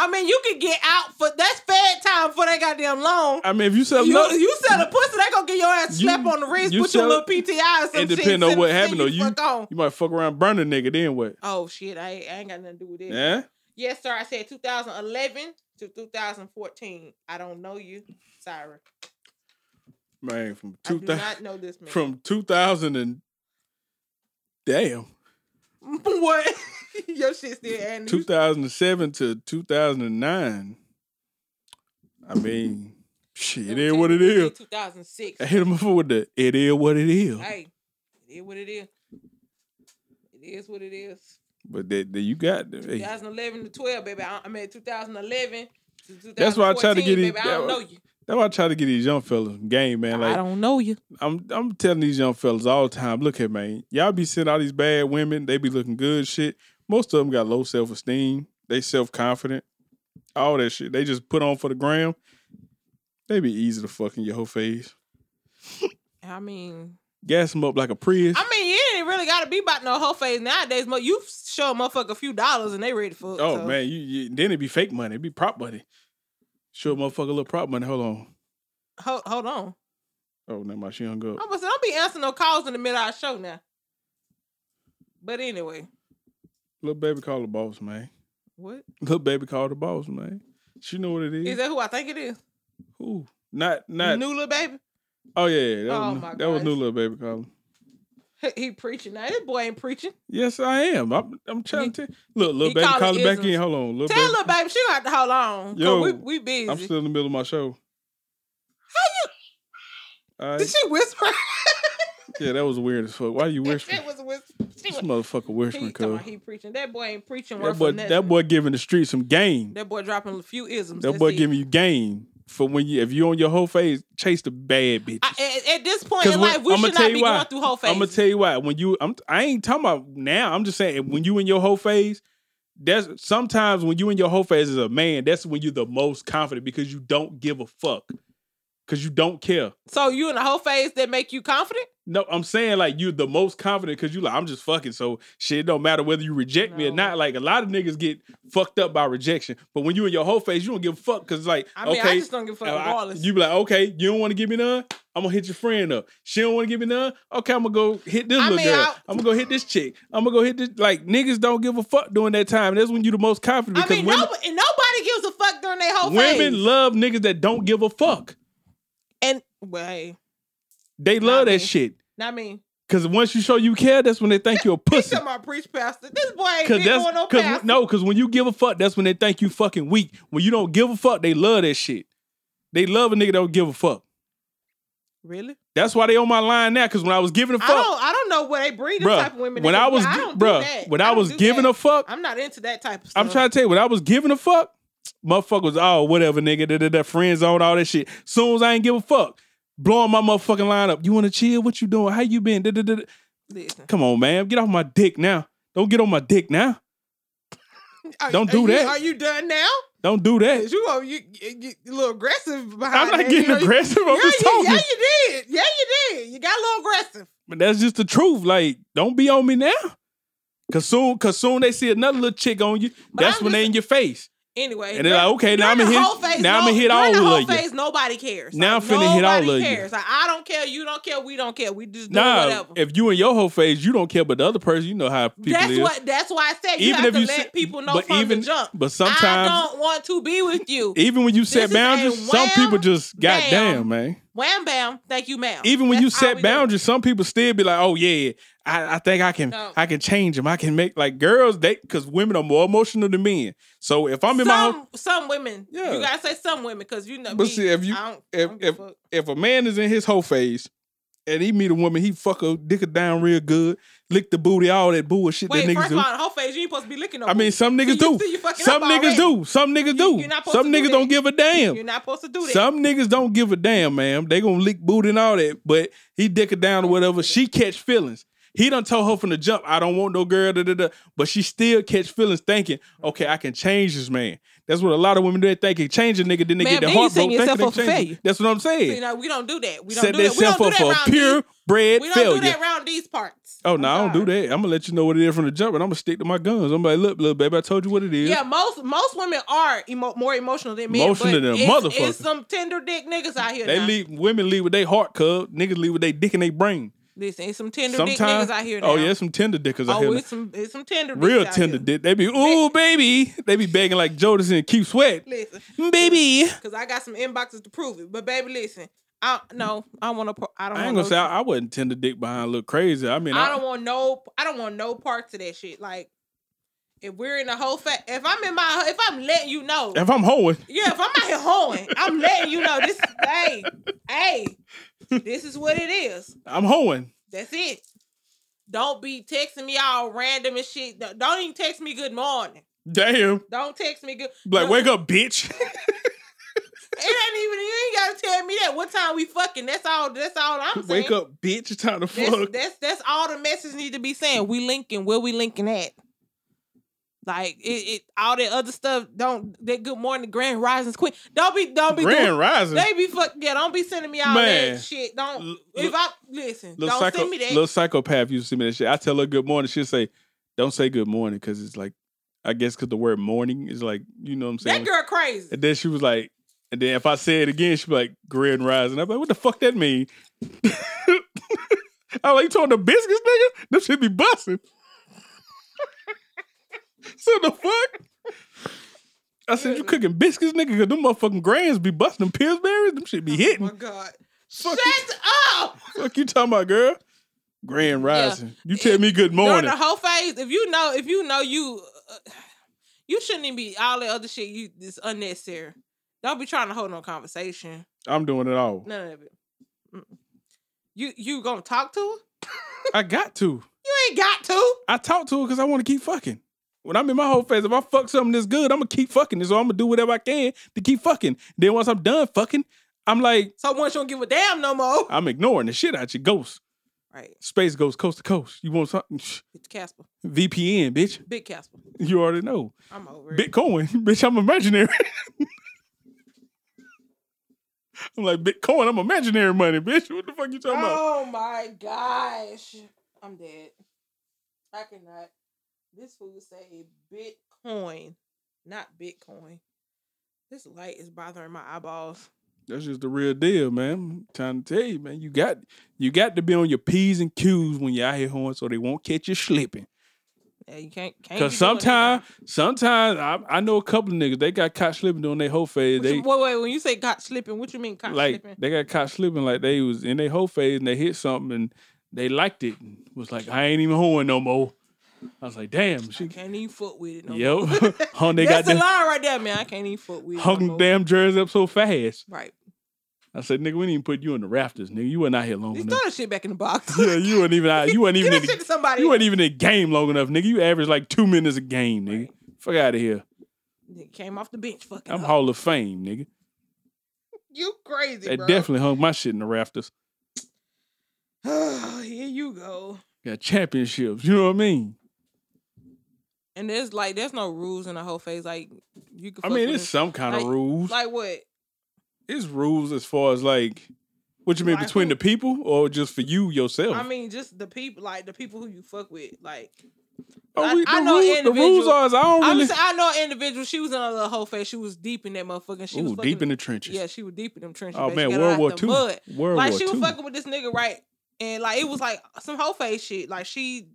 I mean, you could get out for that's fed time for that goddamn loan.
I mean, if you sell,
You,
no,
you sell a pussy, they gonna get your ass
You-
slapped on the wrist,
you
put you a
sell-
little PTI or some
it
shit.
depend on
send-
what
send
happened, though. You-
fuck on.
you might fuck around, burn a nigga. Then what? Eh?
Oh shit, I, ain't- I ain't got nothing to do with it.
Yeah,
Yes, sir. I said 2011 to 2014. I don't know you. Sorry.
man, from
I
two
do
thousand,
not know this man.
from two thousand and damn,
what? Your shit still adding.
two thousand and seven to two thousand and nine. I mean, shit, it is what it is.
2006.
I hit him before with the it is what it is.
Hey, it is what it is. It is what it is.
But that, that you got. hey.
2011 to 12, baby. I, I mean, 2011 to 2014.
That's why I tried to get it-
Baby, I don't
that-
know you.
That's why I try to get these young fellas game, man. Like
don't know you.
I'm I'm telling these young fellas all the time, look here, man. Y'all be seeing all these bad women, they be looking good shit. Most of them got low self esteem, they self confident, all that shit. They just put on for the gram. They be easy to fuck in your whole face.
I mean,
Gas them up like a Prius.
I mean, it ain't really got to be about no whole phase nowadays. But you show a motherfucker a few dollars and they ready to fuck.
oh
so.
man, you, you then it be fake money, it be prop money. Sure, motherfucker, little prop money. Hold on.
Hold, hold on.
Oh, never mind. She hung up.
I'm about to say, don't be answering no calls in the middle of our show now. But anyway,
Little baby call the boss, man.
what
Little baby call the boss, man. She know what it is.
is that? Who I think it is?
Who? Not not.
New little baby.
oh yeah, yeah, that
Oh,
was
my
that was
gosh.
new little baby calling.
He preaching now. This boy ain't preaching.
Yes, I am. I'm, I'm trying to tell look, little
he
baby,
call it
call it back
isms.
in. Hold on, little
Tell
baby.
little baby she gonna have to hold on. 'cause
Yo,
we we busy.
I'm still in the middle of my show. All right.
Did she whisper?
yeah, that was weird as fuck. Why you whispering?
it was a whisper. She
This
was-
motherfucker
He,
whispering,
talking
cuz.
about he preaching. That boy ain't preaching.
That
That
boy, that boy giving the street some game.
That boy dropping a few isms.
That
That's
boy
it.
giving you game for when you if you on your whole phase, chase the bad bitch.
I, at, at this point
'Cause
in
when-
life, we
I'ma
should
tell
not
you
be
why.
going through whole phases.
I'm gonna tell you why. When you, I'm, I ain't talking about now. I'm just saying when you in your whole phase. That's sometimes when you in your whole phase as a man. That's when you're the most confident because you don't give a fuck, because you don't care.
so you in a whole phase that make you confident?
No, I'm saying like you're the most confident because you like I'm just fucking. So shit, it don't matter whether you reject me or
No.
not. Like a lot of niggas get fucked up by rejection, but when you in your whole phase, you don't give a fuck because like
I mean,
okay,
I just don't give a fuck
uh, I-
regardless.
you be like, okay, you don't want to give me none. I'm gonna hit your friend up. She don't want to give me none. Okay, I'm gonna go hit this
I
little
mean,
girl.
I-
I'm gonna go hit this chick. I'm gonna go hit this. Like niggas don't give a fuck during that time. That's when you the most confident
I
because
mean,
women,
nobody, nobody gives a fuck during their whole phase.
women love niggas that don't give a fuck.
and well, hey,
They love
me.
that shit.
not me.
Cause once you show you care, that's when they think you're a pussy.
Tell my preach pastor. This boy ain't
Cause
been
that's
going no
cause
pastor.
no, cause when you give a fuck, that's when they think you fucking weak. When you don't give a fuck, they love that shit. They love a nigga that don't give a fuck.
Really?
That's why they on my line now. Cause when I was giving a
I
fuck,
don't. I don't know what they breed. Them
Bruh,
type of women.
when
is.
I was
I
gi-
don't
bruh,
do that.
when
I
I
don't
was
do
giving
that.
a fuck,
I'm not into that type of stuff.
I'm trying to tell you, when I was giving a fuck, motherfucker was oh whatever, nigga, da, da, da, friend zone, all that shit. Soon as I ain't give a fuck, blowing my motherfucking line up. You want to chill? What you doing? How you been? Da, da, da, da.
Listen.
Come on, man, get off my dick now. Don't get on my dick now.
Are-
Don't
are
do
you-
that.
Are you done now?
Don't do that.
You, gonna- you, you, you a little aggressive behind
I'm
that.
not getting
you know, you-
aggressive. I'm just
yeah, you,
talking.
yeah, you did. Yeah, you did. You got a little aggressive.
But that's just the truth. Like, don't be on me now. Cause soon, cause soon they see another little chick on you.
But
that's
I'm
when they
just-
in your face.
Anyway,
And they're like, okay, now
during
I'ma
the
hit-
whole phase,
now
no,
I'ma hit
during the
all
whole
of you.
phase, Nobody cares.
Now
Like,
I'm finna hit all
nobody
of you.
cares. Like, I don't care. You don't care. We don't care. We just do
Nah,
whatever.
if you in your whole phase, you don't care. But the other person, you know how people
That's
is.
what. That's why I said you
Even
have
if
to
you
let
sit-
people know
but
from
even-
the jump.
but
I
sometimes,
don't want to be with you.
even when you
is
set
a
boundaries, some
wham,
people just
bam.
goddamn man.
Wham bam. Thank you, ma'am.
Even when
That's
you
all we
set
do.
boundaries, some people still be like, "Oh yeah, I, I think I can,
No.
I can change them. I can make like girls. They because women are more emotional than men. So if I'm in my house,
some some women.
Yeah.
You gotta say some women because you know.
But
me,
see, if you-
I don't, I
if-
don't give a fuck.
if a man is in his whole phase and he meet a woman, he fuck her, dick her down real good, lick the booty, all that bullshit
wait,
that niggas
first
do.
of all, in the whole phase you ain't supposed to be licking. No
I mean,
booty.
some
So
niggas
you-
do.
so you fucking
Some
up
niggas
already.
do. Some niggas
You-
do.
you're not supposed
Some
to do
niggas
that.
don't give a damn.
You're not supposed to do that.
Some niggas don't give a damn, ma'am. They gonna lick booty and all that, but he dick her down or whatever. She catch feelings. He done told her from the jump, I don't want no girl, da, da, da. but she still catch feelings thinking, okay, I can change this man. That's what a lot of women do. They think they change a nigga, then they
Ma'am,
get their
then you
heart broke.
setting
thinking
yourself
they
up for
changing.
failure.
That's what I'm
you
saying.
know, we don't do that. We
Set
don't do that. We
themselves
don't do
up
that
for
around
pure
these.
bread
We don't
failure.
do that around these parts.
Oh
I'm
no, I don't
sorry.
do that. I'm gonna let you know what it is from the jump, and I'm gonna stick to my guns. I'm like, look, little baby, I told you what it is.
Yeah, most most women are emo- more emotional than men.
Emotional
but
than a
it's,
motherfucker.
It's some tender dick niggas out here.
they
now.
leave women leave with their heart, cub. Niggas leave with their dick in their brain.
Listen, it's some tender dick
Sometimes,
niggas out here. Now.
oh yeah, some tender dickers out
Oh,
here.
it's some it's some tender. dicks
real
out
tender
here.
dick. They be, ooh, baby. They be begging like Jodeci and Keep Sweat.
Listen,
Baby.
because I got some inboxes to prove it. But baby, listen, I no, I want to. I don't.
I ain't gonna
want
say
no-
I, I wasn't tender dick behind look crazy. I mean, I,
I don't want no. I don't want no parts of that shit. Like, if we're in the whole fact, if I'm in my, if I'm letting you know,
if I'm hoeing,
yeah, if I'm out here hoeing, I'm letting you know this. hey, hey, this is what it is.
I'm hoeing.
That's it. Don't be texting me all random and shit. Don't- Don't even text me good morning.
Damn.
Don't text me good.
Like,
No,
wake up, bitch.
It ain't even. You ain't gotta tell me that. What time we fucking? That's all. That's all I'm saying.
wake up, bitch. It's time to
That's,
fuck.
that's that's all the message need to be saying. We linking. Where we linking at? Like it, it all that other stuff. Don't that good morning, Grand Risings Queen. Don't be don't be
Grand
doing,
Rising.
They be fuck yeah. Don't be sending me all
Man.
that shit. Don't
L-
if I listen. Don't
Little, psycho,
send me that.
little psychopath used to send me that shit. I tell her good morning. She'll say, don't say good morning because it's like, I guess because the word morning is like, you know what I'm saying?
that girl crazy.
And then she was like, and then if I say it again, she'd be like, grin rising. I'm like, what the fuck that mean? I like, you talking to biscuits, nigga? Them shit be busting. so the fuck? I said, you cooking biscuits, nigga? Because them motherfucking grains be busting. Them Pillsbury's, them shit be
Oh
hitting.
my god.
Fuck you,
Shut up.
fuck you talking about, girl? Grand rising. You tell me good
During
morning.
the whole phase, if you know, if you know you, uh, you shouldn't even be all that other shit. You is unnecessary. Don't be trying to hold no conversation.
I'm doing it all.
None of it. Mm-mm. You you gonna talk to her? You
I got to.
ain't got to.
I talk to her because I want to keep fucking. When I'm in my whole phase, if I fuck something that's good, I'm gonna keep fucking. So I'm gonna do whatever I can to keep fucking. Then once I'm done fucking, I'm like,
So once you don't give a damn no more.
I'm ignoring the shit out you. Ghost,
Right.
space goes coast to coast. You want something? Shh.
It's Casper.
VPN, bitch.
Big Casper.
You already know.
I'm over it.
Bitcoin, bitch. I'm imaginary. I'm like Bitcoin. I'm imaginary money, bitch. What the fuck you talking about?
Oh my gosh. I'm dead. I cannot. This fool say Bitcoin, not Bitcoin. This light is bothering my eyeballs.
That's just the real deal, man. I'm trying to tell you, man. You got you got to be on your p's and q's when you're out here hoeing, so they won't catch you slipping.
Yeah, you can't. can't
Cause
be doing that now.
sometimes, sometimes I, I know a couple of niggas they got caught slipping during their whole phase.
What
They
you- wait, wait. When you say caught slipping, what you mean caught
like
slipping?
they got caught slipping like they was in their whole phase and they hit something and they liked it and was like, I ain't even hoeing no more. I was like, damn,
I
she
can't even fuck with it. No
yo,
more.
hung they got
That's the
them,
line right there, man. I can't even fuck with it. no
hung
more.
damn jersey up so fast.
Right.
I said, nigga, we didn't even put you in the rafters, nigga. You wasn't out here long
Just throw
enough.
that shit back in the box.
Oh, Yeah, you weren't even out. You weren't
Give
even in
that
the,
shit to somebody.
you weren't even in the game long enough, nigga. You averaged like two minutes a game, nigga.
Right. Oh.
Fuck out of here.
Nigga Came off the bench, fucking.
I'm
up.
Hall of Fame, nigga.
You crazy,
They
bro.
definitely hung my shit in the rafters.
Here you go.
Got championships. You know what I mean?
And there's like, there's no rules in the whole phase. Like, You can
I
fuck
mean,
with
it's
it.
some kind of
Like-
rules.
like what?
it's rules as far as like what you mean
Like
between
who?
the people or just for you yourself.
I mean, just the people, like the people who you fuck with. Like
Are
I-
we- the,
I know
rules, the rules
individual-
are is I don't
I'm
really
just, I know an individual. She was in a little whole face. She was deep in that motherfucker. and She was
ooh,
fucking,
deep in the trenches.
yeah, she was deep in them trenches.
oh man,
babe. She got
World
out
War
the
Two.
mud.
World War
like she was
Two.
fucking with this nigga, right? And like it was like some whole face shit. Like she,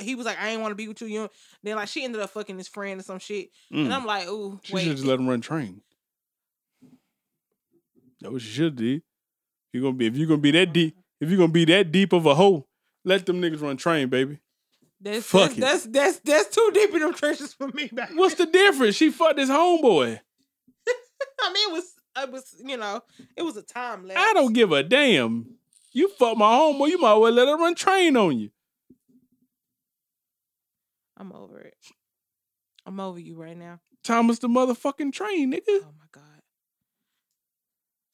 he was like, I ain't want to be with you. You. don't-" Then like she ended up fucking his friend or some shit. And
Mm.
I'm like, ooh,
She should
wait.
just let him run train. That what she should do. You gonna be if you gonna be that deep if you gonna be that deep of a hoe, let them niggas run train, baby.
That's,
fuck it.
that's, that's that's that's too deep in them trenches for me. Back.
What's the difference? She fucked his homeboy.
I mean, it was it was you know it was a time lapse.
I don't give a damn. You fuck my homeboy, you might as well let her run train on you.
I'm over it. I'm over you right now.
Thomas the motherfucking train, nigga.
Oh my god.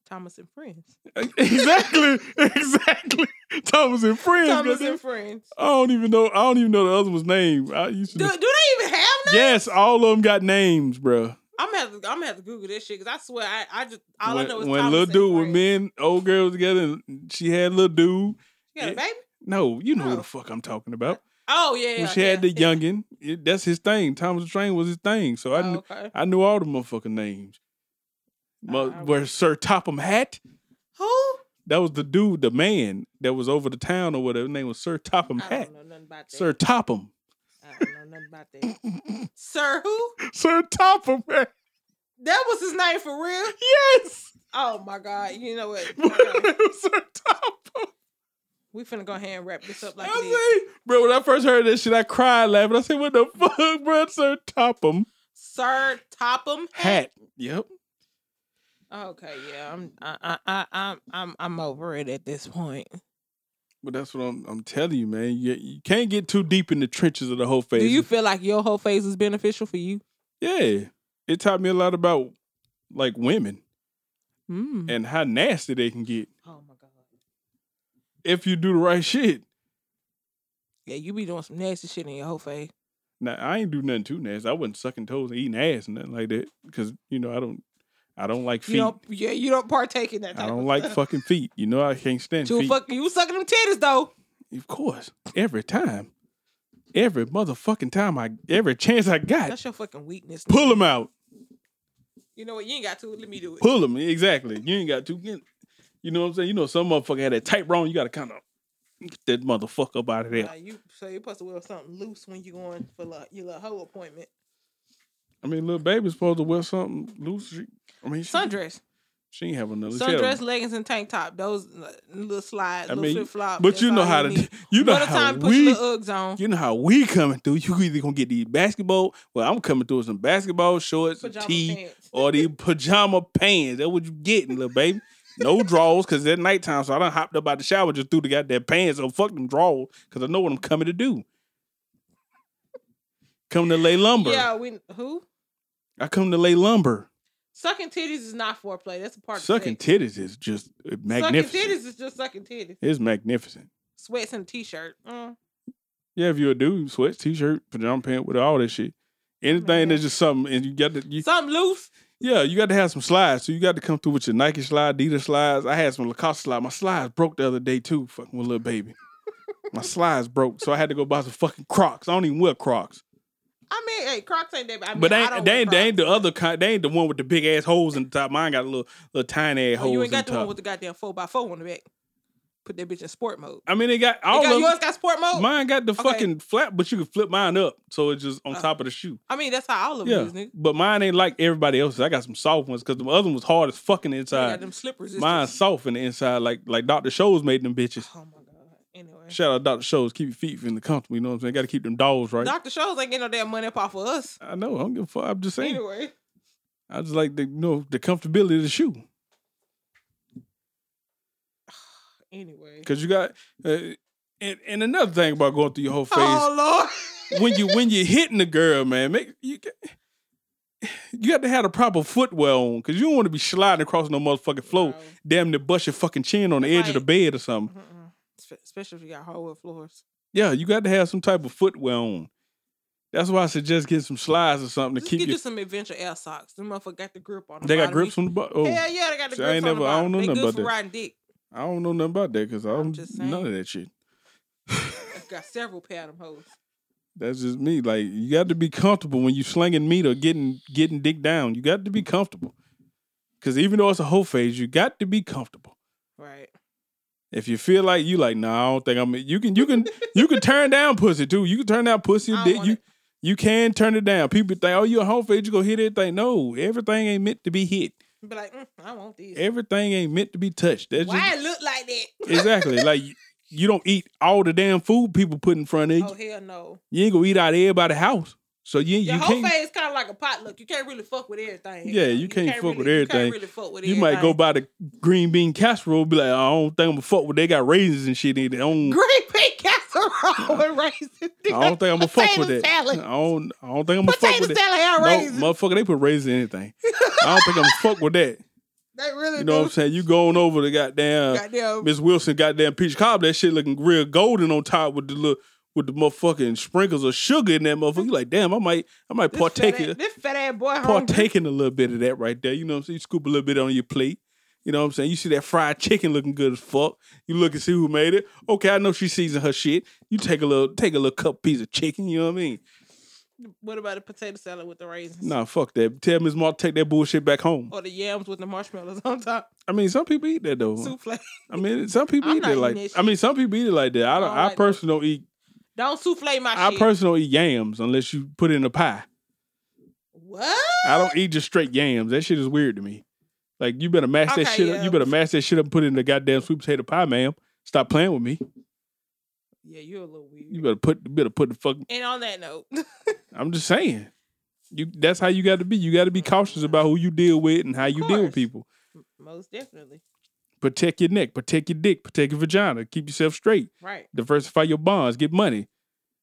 Thomas and Friends.
exactly, exactly. Thomas and Friends.
Thomas
goddamn.
and Friends.
I don't even know. I don't even know the other one's name. I used to.
Do, do they even have names?
yes, all of them got names, bro.
I'm gonna have to, I'm gonna have to Google this shit because I swear I, I just all
when
I know is
when
Thomas
little
and
dude with
Friends.
me and old girl was together, and she had little dude.
You got a baby?
No, you know who
Oh.
the fuck I'm talking about.
Oh yeah.
when she
yeah,
had the
yeah.
youngin, it, that's his thing. Thomas the Train was his thing. So I
Oh,
knew,
okay.
I knew all the motherfucking names. Mo-
I- I-
where Sir Topham Hat?
Who?
That was the dude, the man that was over the town or whatever. His name was Sir Topham
I
Hat.
don't know nothing about that.
Sir Topham.
I don't know nothing about that. Sir who?
Sir Topham Hat.
That was his name for real?
Yes.
Oh my god. You know what? Okay.
Sir Topham.
we finna go ahead and wrap this up like
I
this.
say, bro, when I first heard this shit, I cried laughing. I said, what the fuck, bro? Sir Topham
Sir Topham
Hat. Yep.
Okay, yeah, I'm I I I I'm I'm I'm over it at this point.
But that's what I'm, I'm telling you, man. You, you can't get too deep in the trenches of the whole phase.
Do you feel like your whole phase is beneficial for you?
yeah. It taught me a lot about like women
Mm.
and how nasty they can get
Oh my god.
if you do the right shit.
Yeah, you be doing some nasty shit in your whole phase.
Now I ain't do nothing too nasty. I wasn't sucking toes and eating ass and nothing like that because you know I don't, I don't like
You
feet.
don't yeah, you don't partake in that type
I don't
of
like
stuff.
fucking feet. You know I can't stand
Too
feet.
fuck you was sucking them titties though.
Of course. Every time. Every motherfucking time I every chance I got.
That's your fucking weakness.
Pull them out.
You know what? You ain't got to. Let me do it.
Pull them. Exactly. You ain't got to get you know what I'm saying? You know some motherfucker had that tight wrong, you gotta kinda get that motherfucker up out of
Nah,
there.
you so you're supposed to wear something loose when you going for like your little hoe appointment.
I mean little baby's supposed to wear something loose. She, I mean she,
Sundress,
she ain't have another she had a-
sundress, leggings, and tank top. Those uh, little slides,
I
little
mean,
flip flop.
but you know how to you know
Another
how
time, put your
we
little Uggs on.
you know how we coming through. You either gonna get these basketball. Well, I'm coming through with some basketball shorts, and
Pajama
tee,
pants.
or the pajama pants. That's what you getting, little baby. No drawers, cause it's nighttime, so I done hopped up out the shower, just threw the goddamn pants. So fuck them drawers, cause I know what I'm coming to do. Come to lay lumber.
Yeah, we who
I come to lay lumber.
sucking titties is not foreplay. That's a part
Sucking
of sex.
titties is just uh, magnificent.
Sucking titties is just sucking titties.
It's magnificent.
Sweats and a t-shirt. Mm.
Yeah, if you're a dude, sweats, t-shirt, pajama pants, with all that shit. Anything
Oh, Man.
that's just something, and you got to you,
Something loose.
Yeah, you got to have some slides. So you got to come through with your Nike slide, Adidas slides. I had some Lacoste slides. My slides broke the other day too, fucking with little baby. My slides broke, so I had to go buy some fucking Crocs. I don't even wear Crocs,
I mean, hey, Crocs ain't that. bad. I mean,
but they
I
ain't,
don't
they
wear
ain't, they ain't the
Crocs.
other kind. They ain't the one with the big ass holes in the top. Mine got a little little tiny ass
Oh,
holes
you
in
ain't got the
top.
one with the goddamn four x four on the back. Put that bitch in sport mode.
I mean, they got
You
all
got,
of
yours got sport mode.
mine. Got the
Okay.
fucking flat, but you can flip mine up, so it's just on
Uh,
top of the shoe.
I mean, that's how all of
Yeah,
them is, nigga.
but mine ain't like everybody else's. I got some soft ones because the other one was hard as fucking
You got
inside.
them slip resistance.
Mine's soft in the inside, like like Doctor Shows made them bitches.
Oh my god. Anyway,
Shout out Dr. Shows. Keep your feet feeling comfortable. You know what I'm saying? Got to keep them dogs right.
Doctor Shows ain't getting no damn money up off of us.
I know. I don't give a fuck. I'm just saying.
Anyway,
I just like the you know the comfortability of the shoe
anyway.
because you got. Uh, and, and another thing about going through your whole phase
Oh lord.
when you when you hitting the girl, man, make you. get- You got to have the proper footwear on because you don't want to be sliding across no motherfucking floor.
No.
Damn near bust your fucking chin on the edge of the
Like-
bed or something.
Mm-mm. Espe- Especially if you got hardwood floors.
Yeah, you got to have some type of footwear on. That's why I suggest get some slides or something to
Just
keep
get
your.
you some adventure air socks. Them motherfucker got the grip on. The
They got
bottom.
grips on the butt. Oh,
Hell yeah, they got the
See,
grips
I ain't
on
never-
the
I
bottom.
don't know
they
nothing
good
about
for
that.
riding dick.
I don't know nothing about that because I
I'm
don't
just saying.
none of that shit.
I got several pair of them hoes.
That's just me. Like you got to be comfortable when you slinging meat or getting getting dick down. You got to be comfortable. Cause even though it's a whole phase, you got to be comfortable.
Right.
If you feel like you like, nah, I don't think I'm. You can you can you can turn down pussy too. You can turn down pussy.
I don't
Dick.
want
You
it.
you can turn it down. People think, oh, you a whole phase, you gonna hit everything. No, everything ain't meant to be hit.
Be like, mm, I want these.
Everything ain't meant to be touched. That's just-
Why it look like that?
exactly like you don't eat all the damn food people put in front of you.
Oh hell no.
You ain't gonna eat out of everybody's house. So you
Your
you
whole
can't.
phase kind of like a potluck. You can't really fuck with everything.
Yeah, you can't fuck
really,
with
you
everything.
can't really fuck with
You might go
everything.
buy the green bean casserole, be like, I don't think I'm gonna fuck with. They got raisins and shit in it. I don't,
Green pea casserole with raisins.
I don't think I'm gonna fuck with
Potato
it. I
salad.
don't, I don't think I'm gonna fuck
Potato
with
salad
it.
and raisins.
No, motherfucker, they put raisins in anything. I don't think I'm gonna fuck with that.
they really
You know what I'm
do.
saying? You going over the goddamn
Goddamn.
Miss Wilson, goddamn peach cob. That shit looking real golden on top with the little with the motherfucking sprinkles of sugar in that motherfucker. You like, damn, I might, I might
This
partake
fat
it.
ass- This fat ass boy hungry.
partaking a little bit of that right there. You know what I'm saying? You scoop a little bit on your plate. You know what I'm saying? You see that fried chicken looking good as fuck. You look and see who made it. Okay, I know she seasoned her shit. You take a little, take a little cup piece of chicken. You know what I mean?
What about the potato salad with the raisins?
Nah, fuck that. Tell Miss Mark to take that bullshit back home.
Or the yams with the marshmallows on top.
I mean, some people eat that though.
Souffle.
I mean, some people
I'm
eat
not
that
eating
like.
that
I mean, some people eat it like that. I don't.
don't
I,
like that.
personally don't eat.
Don't souffle my
I
shit.
personally don't eat yams unless you put it in a pie.
what?
I don't eat just straight yams. That shit is weird to me. Like you better mash that
Okay,
shit up.
yeah.
You better mash that shit up and put it in the goddamn sweet potato pie, ma'am. Stop playing with me.
Yeah, you're a little weird.
You better put you better put the fuck
and on that note,
I'm just saying. You that's how you gotta be. You gotta be cautious about who you deal with and how you deal with
course.
people.
most definitely.
Protect your neck, protect your dick, protect your vagina, keep yourself straight,
Right.
diversify your bonds, get money,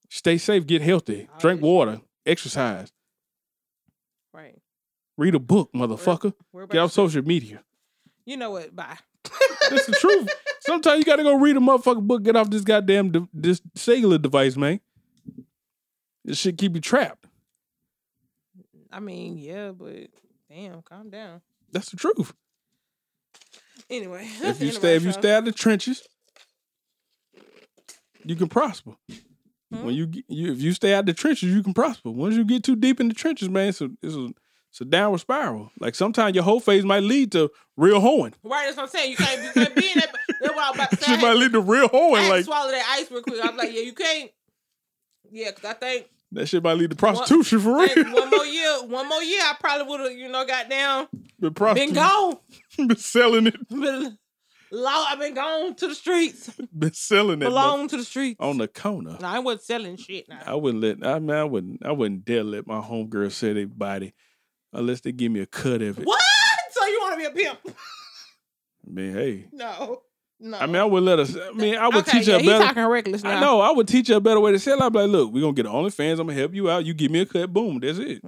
stay safe, get healthy,
All
drink
that shit.
water, exercise,
Right.
read a book, motherfucker.
We're about
Get off
to-
social media.
you know what? Bye.
That's the truth. Sometimes you gotta go read a motherfucking book. Get off this goddamn de- this cellular device, man. This shit keep you trapped.
I mean, yeah, but damn, calm down.
That's the truth.
Anyway,
If
that's the
you
end of
stay,
our
if you
show.
stay out of the trenches, you can prosper.
Hmm?
When you, get- you if you stay out the trenches, you can prosper. Once you get too deep in the trenches, man, it's a it's a, it's a downward spiral. Like sometimes your whole phase might lead to real hoeing.
right, that's what I'm saying. You can't, you can't be in that. That's what I'm about to say. I
Shit
had-
might lead to real
I
hoeing.
had to
Like
swallow that ice real quick. I'm like, yeah, you can't. Yeah, because I think
that shit might lead to prostitution for
Like,
real.
one more year, one more year, I probably would have, you know, got down,
Been
been
prostituting,
gone.
been selling it,
Been, long, I've been gone to the streets,
been selling it
belong to the streets.
on the corner.
No, I wasn't selling shit
I
now.
wouldn't let. I mean, I wouldn't. I wouldn't dare let my homegirl sell their body unless they give me a cut of it.
What? So you want to be a pimp?
I mean, hey.
No, no.
I mean, I would let us. I mean, I would
okay,
teach
yeah,
her
he
better.
talking reckless now.
I know. I would teach her a better way to sell. I'd be like, look, we're gonna get OnlyFans. I'm gonna help you out. You give me a cut. Boom. That's it.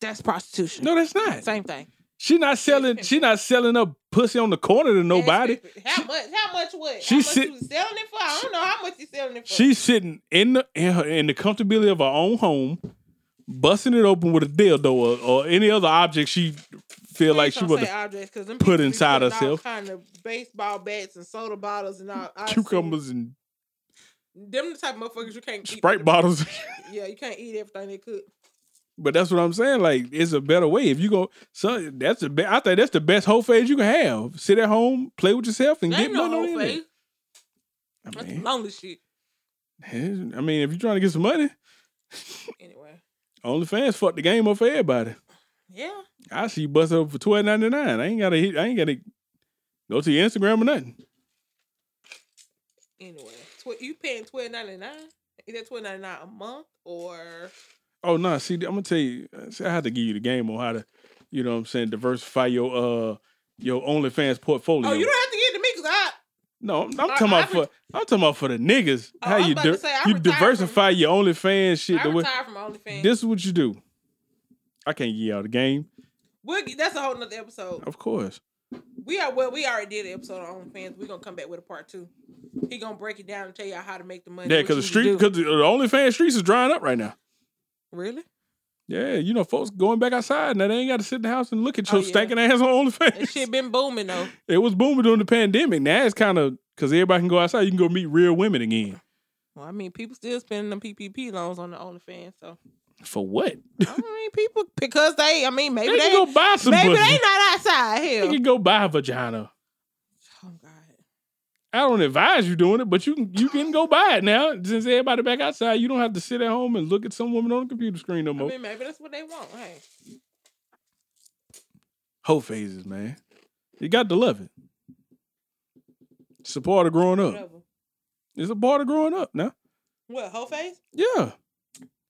That's prostitution.
No, that's not.
Same thing.
She not selling. She not selling up pussy on the corner to nobody.
That's stupid. How much? How much? What?
She
how much
sit-
you was selling it for? I don't know how much you selling it for.
She's sitting in the in, her, in the comfortability of her own home, busting it open with a dildo or, or any other object she feel like she was.
because
put inside herself.
Kind of baseball bats and soda bottles and all. I seen-
Cucumbers and
Them the type of motherfuckers you can't eat.
Sprite bottles.
Yeah, you can't eat everything they cook.
But that's what I'm saying. Like, it's a better way. If you go, so that's the best. I think that's the best whole phase you can have. Sit at home, play with yourself, and
That
get
ain't no
money
whole
on
face.
it. I
That's the
mean,
lonely shit.
hey, I mean, if you're trying to get some money,
Anyway.
OnlyFans fuck the game up for everybody.
Yeah.
I see you bust up for twelve ninety nine. I ain't gotta. hit- I ain't gotta go to your Instagram or nothing.
Anyway. Tw- you paying twelve ninety nine? Is that twelve ninety nine a month or
Oh no, see, I'm gonna tell you. uh, See, I have to give you the game on how to, you know, what I'm saying, diversify your uh your OnlyFans portfolio.
Oh, you don't have to get it to me because I
No, I'm, I'm
I-
talking
I
about for I'm talking about for the niggas.
Oh,
How
I was
you
about
di-
to say, I
you
retired from-
diversify your OnlyFans shit.
I
The way,
retired from OnlyFans.
this is what you do. I can't give y'all the game,
we'll get, that's a whole nother episode.
of course.
We are well, we already did an episode on OnlyFans. We're gonna come back with a part two. He gonna break it down and tell y'all how to make the money.
Yeah,
what
because
you
the
need to
street,
do.
because the, the OnlyFans streets is drying up right now.
Really?
Yeah, you know, folks going back outside now. They ain't got to sit in the house and look at
Oh,
your
yeah.
stinking ass on
That
OnlyFans.
shit been booming though.
It was booming during the pandemic. Now it's kind of because everybody can go outside. You can go meet real women again.
Well, I mean, people still spending them PPP loans on the OnlyFans. So
For what?
I mean, people because they. I mean, maybe
they
they.
can go buy some
maybe
pussy.
they not outside.
They
Hell.
can go buy a vagina.
Oh God.
I don't advise you doing it, but you can you can go buy it now. Since everybody back outside, you don't have to sit at home and look at some woman on the computer screen no
I
more.
mean, maybe that's what they want. Hey.
Whole phases, man. You got to love it. It's a part of growing up.
Whatever.
It's a part of growing up now.
What whole face?
Yeah.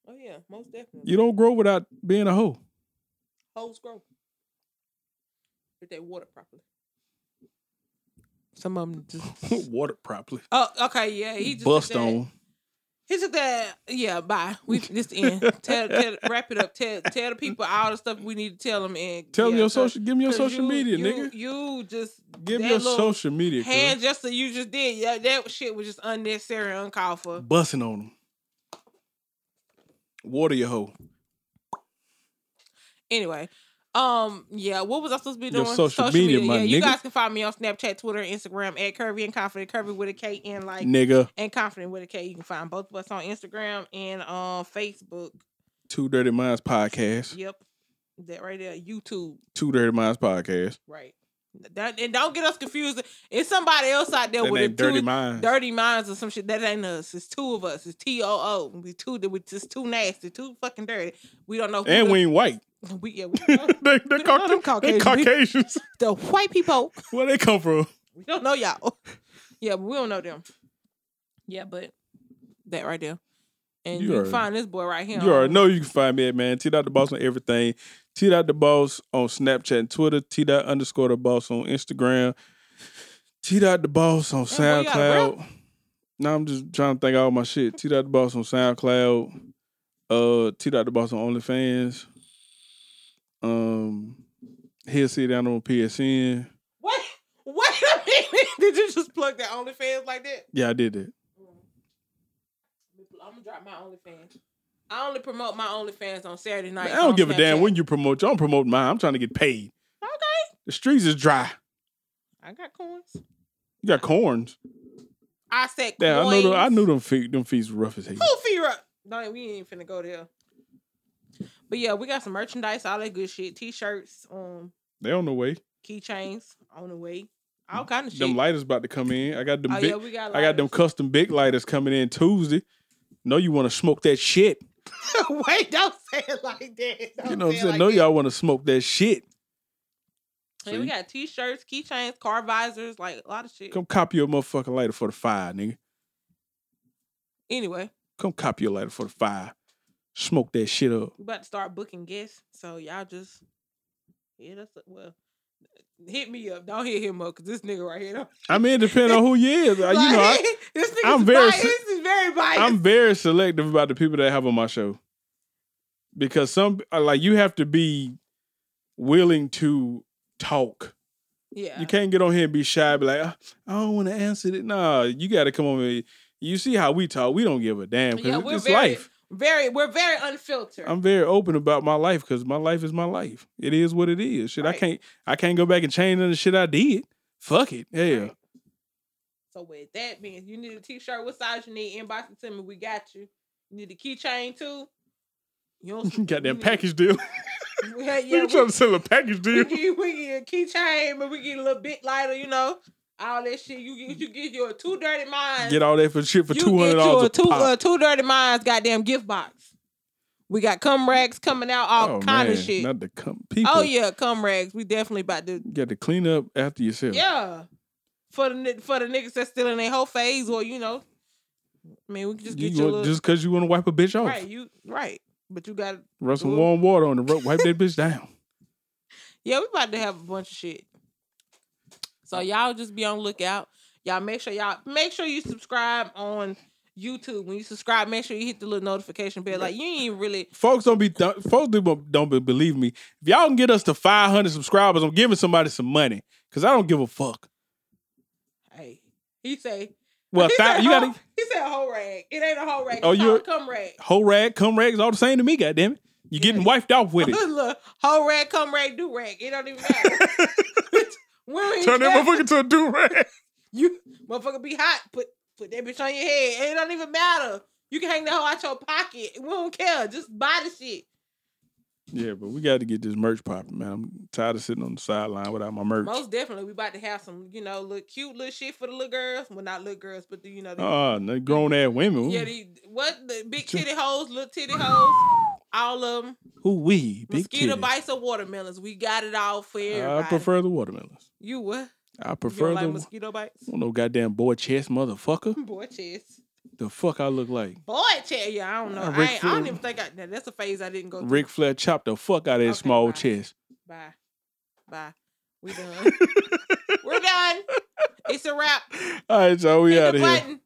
Oh yeah, most definitely.
You don't grow without being a hoe.
Hoes grow if they water properly. Some of them just.
Water properly.
oh, okay, yeah. He just
Bust
did that.
on.
He took that. Yeah, bye. We this the end. tell, tell, wrap it up. Tell, tell the people all the stuff we need to tell them. And
Tell
yeah,
me your
'cause-
social give me your
'cause
social
you-
media,
you-
nigga.
You just
Give me
that
your
little
social media.
hand just that you just did. Yeah, that shit was just unnecessary, and uncalled for.
Bussing on them. Water your hoe.
Anyway, um, yeah, what was I supposed to be
Your
doing?
social media, my
yeah, you
nigga.
guys can find me on Snapchat, Twitter, and Instagram at Curvy and Confident, Curvy with a K and like
Nigga.
and Confident with a K. You can find both of us on Instagram and on Facebook.
Two Dirty Minds Podcast.
Yep, that right there, YouTube,
Two Dirty Minds Podcast.
right. That, and don't get us confused. It's somebody else out there
That
with a
ain't Dirty
two,
Minds.
Dirty minds or some shit. That ain't us. It's two of us. It's T O O. We two. We just too nasty. Too fucking dirty. We don't know. Who
And
the-
we ain't white.
we yeah.
they,
We,
they,
We don't know them
Cauca- they
Caucasian
Caucasians.
the white people.
Where they come from?
We don't know y'all. Yeah, but we don't know them. Yeah, but that right there. And
You
you, can
already-
find this boy right here.
You already
on-
know you can find me at man. T dot the boss on everything. T dot the boss on Snapchat and Twitter. T dot underscore the boss on Instagram. T dot the boss on
Damn, boy, you out of
SoundCloud. Now I'm just trying to think of all my shit. T dot the boss on SoundCloud. Uh, T dot the boss on OnlyFans. Um, he'll see down on PSN.
What? Wait a minute. Did you just plug that OnlyFans like that?
Yeah, I did that.
I'm gonna drop my OnlyFans. I only promote my OnlyFans on Saturday night.
I don't give a damn when you promote. you. I'm promoting mine. I'm trying to get paid.
Okay.
The streets is dry.
I got coins.
You got corns.
I said
Damn, I
coins.
know. Them, I knew them feet. Them feet's rough as hell.
Who fear up? No, we ain't finna go there. But yeah, we got some merchandise, all that good shit. T-shirts, um,
They on the way.
keychains on the way, all kind of shit.
Them lighters about to come in. I got them.
oh
big,
yeah, we got.
I got them custom big lighters coming in Tuesday. Know you want to smoke that shit.
lighters. Wait, don't say it like that. Don't
You know what I'm
say
saying?
it like
know
that.
y'all want to smoke that shit.
Yeah, we
See?
got T-shirts, keychains, car visors, like a lot of shit.
Come copy your motherfucking lighter for the five, nigga.
Anyway,
Come copy your lighter for the five. Smoke that shit up.
we about to start booking guests, so y'all just hit us up. Well, hit me up. Don't hit him up because this nigga right here. Don't,
I mean, it depends on who you is. Uh, you know, I,
this nigga's
I'm very
biased.
se-
This is very biased.
I'm very selective about the people that I have on my show because some uh, like you have to be willing to talk.
yeah.
You can't get on here and be shy, be like, "Ah, I don't want to answer it. Nah, you got to come on. Here. You see how we talk? We don't give a damn because
Yeah,
it's
we're
just
very-
life.
Very, we're very unfiltered.
I'm very open about my life because my life is my life. It is what it is. Shit,
Right.
I can't I can't go back and change none of the shit I did. Fuck it. Yeah.
Right. So with that being, you need a t-shirt. What size you need? Inbox it to me. We got you. You need a keychain too. You don't
Got
you
that
need-
package deal.
Yeah, Mm-hmm. yeah.
you
we-
trying to sell a package deal.
we, get, we get a keychain, but we get a little bit lighter. You know, all that shit. You get you get your two dirty minds.
Get all that for shit for
you
two hundred
get you
dollars.
a two uh, two dirty minds. Goddamn gift box. We got cum rags coming out. All kind of
Oh, man,
shit.
Not the com- people.
Oh yeah, cum rags. We definitely about to
You got to clean up after yourself.
Yeah. For the ni- for the niggas that's still in their whole phase, or you know, I mean, we can just
You
get you, a
want-
little,
just because you want to wipe a bitch off,
right. You right, but you got
rub some
Ooh.
warm water on the rope, wipe that bitch down.
yeah. We about to have a bunch of shit. So y'all just be on lookout. Y'all make sure y'all make sure you subscribe on YouTube. When you subscribe, make sure you hit the little notification bell. Like you ain't even really
Folks don't be th- folks do, don't be, believe me. If y'all can get us to five hundred subscribers, I'm giving somebody some money because I don't give a fuck.
hey. He say
Well,
he,
thou-
said
you
whole,
got to
he said whole rag. It ain't a whole rag.
Oh,
Oh, it's
you-
called cum rag.
whole rag, cum rag is all the same to me. Goddamn it, you getting wiped off with it.
Look, whole rag, cum rag, do rag. It don't even matter. Women,
Turn that motherfucker to a do rag.
You motherfucker be hot. Put put that bitch on your head. It don't even matter. You can hang that hoe out your pocket. We don't care. Just buy the shit.
Yeah, but we got to get this merch popping, man. I'm tired of sitting on the sideline without my merch.
Most definitely, we about to have some, you know, little cute little shit for the little girls. Well, not little girls, but the, you know, the,
Ah, uh, grown ass women.
yeah, the, what the big
Ju-
titty hoes, little titty hoes, all of them.
Who we? Big Uh,
Mosquito
titties.
bites or watermelons. We got it all for
I
everybody.
prefer the watermelons.
you what?
I
You don't
prefer
like Hmm.
the.
mosquito bites?
I don't know, goddamn boy chest motherfucker.
Boy chest.
The fuck I look like?
Boy chest. Yeah, I don't know.
Uh,
I,
Ric
ain't, I don't
Flair.
even think I, now, that's a phase I didn't go through.
Ric Flair chopped the fuck out of his
Okay,
small
bye.
chest.
Bye. Bye. We done. We're done. It's a wrap.
All right, y'all, we
Hit
out
the
of here.
button.